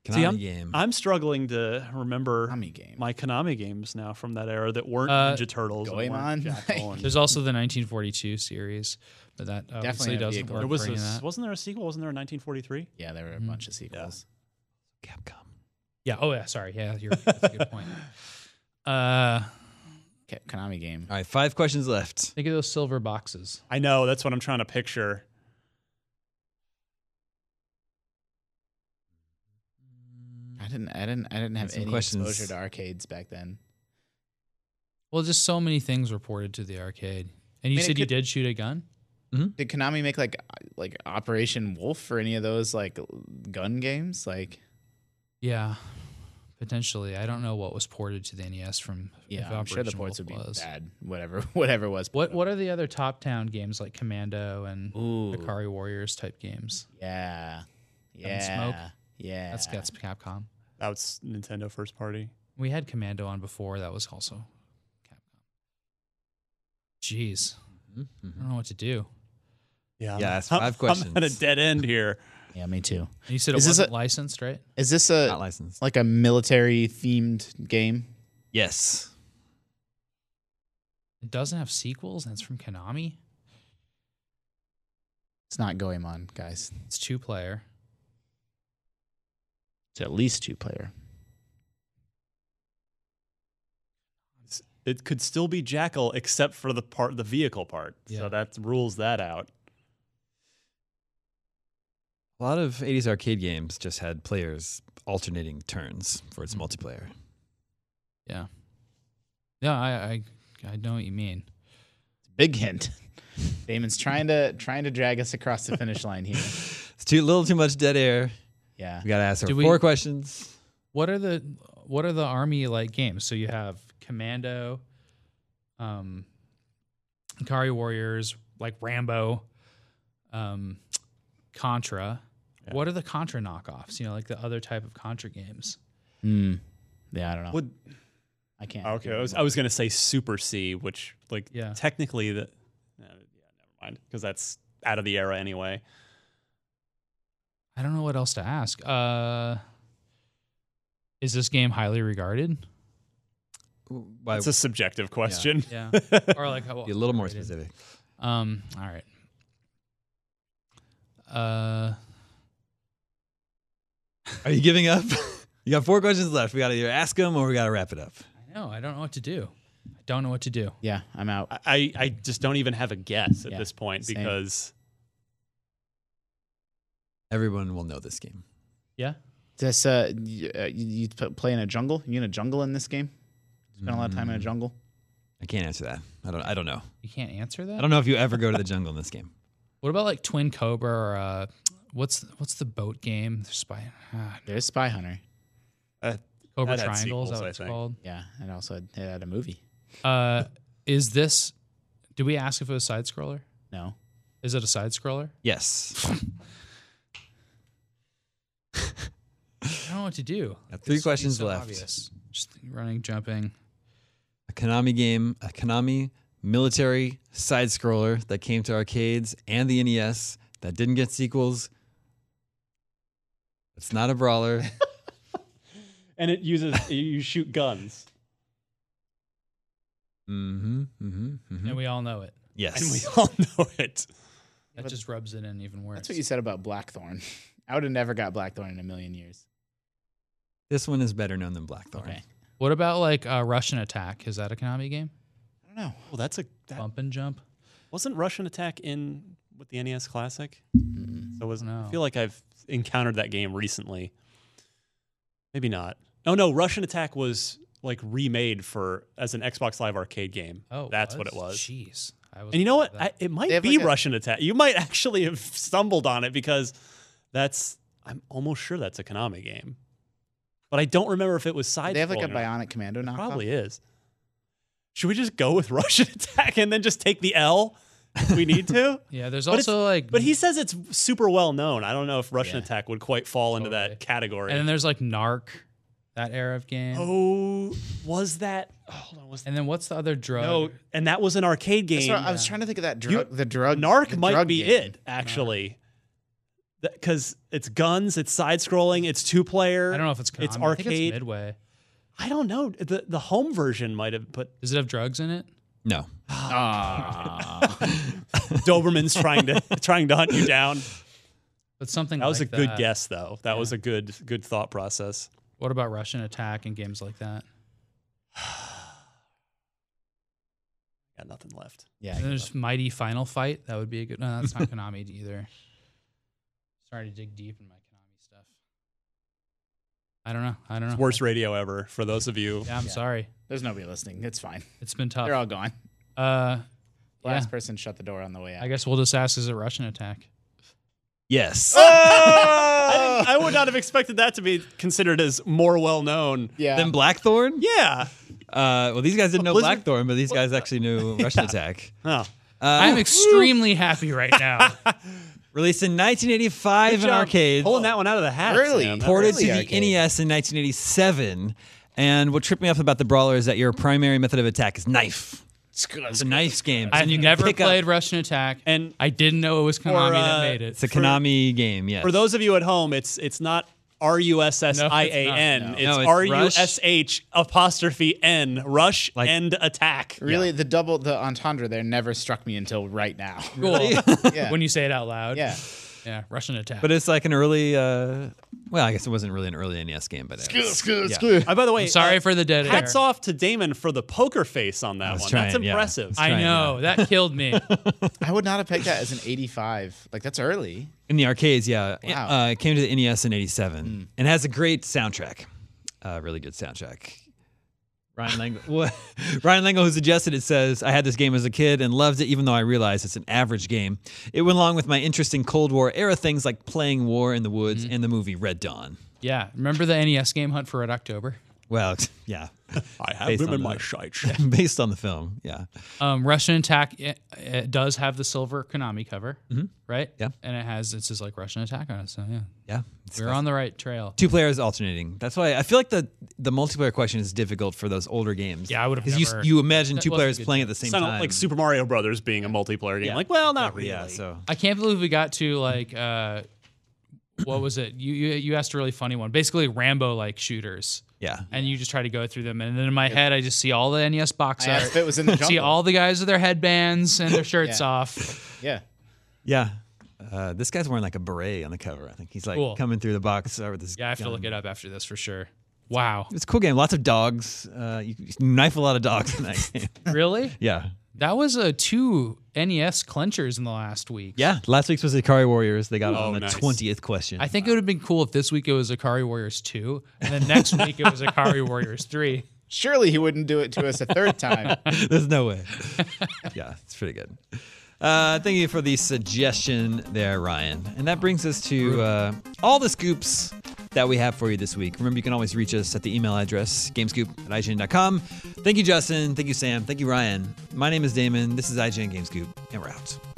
Konami See, I'm, game. I'm struggling to remember Konami game. my Konami games now from that era that weren't Uh, Ninja Turtles. and weren't Goemon. Jackal and- There's also the 1942 series, but that obviously have doesn't vehicles. work. There was for any a, of that. wasn't there a sequel? Wasn't there a 1943? Yeah, there were a bunch of sequels. Capcom. Yeah. Oh, yeah. Sorry. Yeah, you're. That's a good point. Uh, Ca- Konami game. All right, five questions left. think of those silver boxes. I know. That's what I'm trying to picture. I didn't. I didn't have some any questions. exposure to arcades back then. Well, just so many things reported to the arcade. And you mean, it said you could- did shoot a gun? Did Konami make like like Operation Wolf or any of those like gun games? Like Yeah. Potentially. I don't know what was ported to the NES from yeah, if I'm sure the Operation ports would Wolf be was. bad. Whatever, whatever was. What what are the other top town games like Commando and Ooh, Akari Warriors type games? yeah, yeah, Smoke? yeah. That's that's Capcom. That's Nintendo first party. We had Commando on before. That was also Capcom. Jeez, I Mm-hmm. don't know what to do. Yeah. Yeah, that's I'm- five I'm at questions. a dead end here. Yeah, me too. And you said it Is this wasn't a- licensed, right? Is this Not a licensed. like a military themed game? Yes. It doesn't have sequels, and it's from Konami. It's not Goemon, guys. It's two player. It's at least two player. It could still be Jackal except for the part, the vehicle part. Yeah. So that rules that out. A lot of 80s arcade games just had players alternating turns for Hmm. its multiplayer. Yeah. No, I I, I know what you mean. Big hint. Damon's trying to trying to drag us across the finish line here. It's too little too much dead air. Yeah. We got to ask her Do we- four questions. What are the what are the army like games? So you have Commando, um, Ikari Warriors, like Rambo, um, Contra. What are the Contra knockoffs? You know, like the other type of Contra games. Hmm. Yeah, I don't know. Would Oh, I can't. okay. I was, I was gonna say Super C, which like Yeah. technically the. no, yeah, never mind, because that's out of the era anyway. I don't know what else to ask. Uh, is this game highly regarded? Why, It's a subjective question. Yeah, or like how, be a little more specific. Um. All right. Uh. Are you giving up? you got four questions left. We got to either ask them or we got to wrap it up. I know. I don't know what to do. I don't know what to do. Yeah, I'm out. I, I just don't even have a guess at Yeah, this point same. because Everyone will know this game. Yeah. This uh, you, uh, you you p- play in a jungle. You in a jungle in this game? Spend a lot of time Mm. in a jungle. I can't answer that. I don't. I don't know. You can't answer that. I don't know if you ever go to the jungle in this game. What about like Twin Cobra or uh, what's what's the boat game? There's Spy ah, There's Spy Hunter. uh, Cobra That had Triangle is that sequels, what I it's think. called? Yeah, and also it had a movie. Uh, is this? Did we ask if it was side scroller? No, Is it a side scroller? Yes. I don't know what to do. Got three This would be questions so left. obvious. Just running, jumping. Mm-hmm. a Konami game, a Konami military side scroller that came to arcades and the NES that didn't get sequels. It's not a brawler. and it uses you shoot guns. mm-hmm. Mm-hmm. hmm And we all know it. And we Yes. all know it. That But- just rubs it in even worse. that's what you said about Blackthorn. I would have never got Blackthorn in a million years. This one is better known than Blackthorn. Okay. What about like uh, Russian Attack? Is that a Konami game? I don't know. Well, Oh, that's a that Bump and jump. wasn't Russian Attack in with the NES Classic. So was No. I feel like I've encountered that game recently. Maybe not. No, no, Russian Attack was like remade for as an Xbox Live Arcade game. Oh, that's what it was. Jeez. I was And you know what? I, That. it They might have be like a- Russian Attack. You might actually have stumbled on it because that's. I'm almost sure that's a Konami game, but I don't remember if it was side. they have like a scrolling or not. Bionic Commando knockoff. Probably is. Should we just go with Russian Attack and then just take the L? if We need to. yeah, there's But it's- also like But he says it's super well known. I don't know if Russian Yeah. Attack would quite fall into Totally. that category. And then there's like Narc, that era of game. oh, was that? oh, Hold on, was that? And then what's the other drug? No, and that was an arcade That's game. what- I was trying to think of that drug. the drug Narc the might drug be game. it actually, because it's guns, it's side scrolling, it's two player. I don't know if it's Konami. it's I think it's arcade. Midway. I don't know. The the home version might have, but Does it have drugs in it? No. Ah. Doberman's trying to trying to hunt you down. But something That was like a good that. guess, though. That was a good good thought process. What about Russian Attack and games like that? Got nothing left. yeah. And there's Mighty Final Fight. That would be a good. No, that's not Konami either. Sorry to dig deep in my Konami stuff. I don't know. I don't know. Worst radio ever for those of you. Uh-huh. Yeah, I'm sorry. There's nobody listening. It's fine. It's been They're tough. all gone. Uh, Last person shut the door on the way out. I guess we'll just ask: Is it Russian attack? Yes. Oh, I, I would not have expected that to be considered as more well known. yeah. Then Blackthorn? Yeah. Uh, well, these guys didn't know Blizzard- Blackthorn, but these guys actually knew Russian Attack. Uh, Oh. I'm extremely happy right now. Released in 1985 in arcades, Pulling that one out of the hat. Really? Sam. ported Early to the arcade. NES in 1987. And what tripped me up about the brawler is that your primary method of attack is knife. It's a knife game. I've And you can never pick up- played Russian Attack, And- I didn't know it was Konami uh, that made it. It's a Konami game. Yes. For those of you at home, it's it's not R U S S I A No, N. it's No, It's it's R U S H apostrophe N. Rush Like- and attack. Really, the double, the entendre there never struck me until right now. cool. Yeah. When you say it out loud, Yeah. yeah, Russian Attack. but it's like an early. Uh, well, I guess it wasn't really an early NES game, but it was. Uh, by the way, sorry uh, for the dead air. hats off to Damon for the poker face on that was one. That's trying, yeah. impressive. I trying, know that killed me. I would not have picked that as an 85. Like, that's early. in the arcades. Yeah, Wow. uh, it came to the NES in '87 Hmm. and has a great soundtrack. Uh, really good soundtrack. Ryan Langle, what- Ryan Langle, who suggested it, says, "I had this game as a kid and loved it, even though I realized it's an average game. It went along with my interest in Cold War era things like playing War in the Woods Mm-hmm. and the movie Red Dawn." yeah, remember the NES game Hunt for Red October? Well, yeah, I Based on the- sight. based on the film. Yeah, Um, Russian Attack it, it does have the silver Konami cover, right? Mm-hmm. Yeah. and it has it's just like Russian Attack on it. So yeah, yeah. It's we're on the right trail. Two players alternating. That's why I feel like the the multiplayer question is difficult for those older games. Yeah, I would've 'Cause you- never- You, imagine That two wasn't players good. playing at the same Sounded time. like Super Mario Brothers being a multiplayer game. Like, well, not really. Yeah, so I can't believe we got to like uh, what was it? You, you you asked a really funny one. Basically, Rambo like shooters. yeah. and you just try to go through them. And then in my head, I just see all the NES box I asked if art. it was in the jungle. See all the guys with their headbands and their shirts Yeah. off. yeah. Yeah. Uh, this guy's wearing like a beret on the cover. I think he's like Cool. coming through the box uh, with this. Yeah, I have to gun. look it up after this for sure. Wow, It's a cool game. Lots of dogs. Uh, you you knife a lot of dogs in that game. really? Yeah. That was a two NES clenchers in the last week. Yeah. Last week's was Ikari Warriors. They got it Oh, on the nice. 20th question. I think it would have been cool if this week it was Akari Warriors 2, and then next week it was Akari Warriors 3. Surely he wouldn't do it to us a third time. There's no way. yeah, it's pretty good. Uh, thank you for the suggestion there, Ryan. And that brings us to uh, all the scoops that we have for you this week. Remember, you can always reach us at the email address, gamescoop at IGN.com. Thank you, Justin. Thank you, Sam. Thank you, Ryan. My name is Damon. This is IGN Gamescoop, and we're out.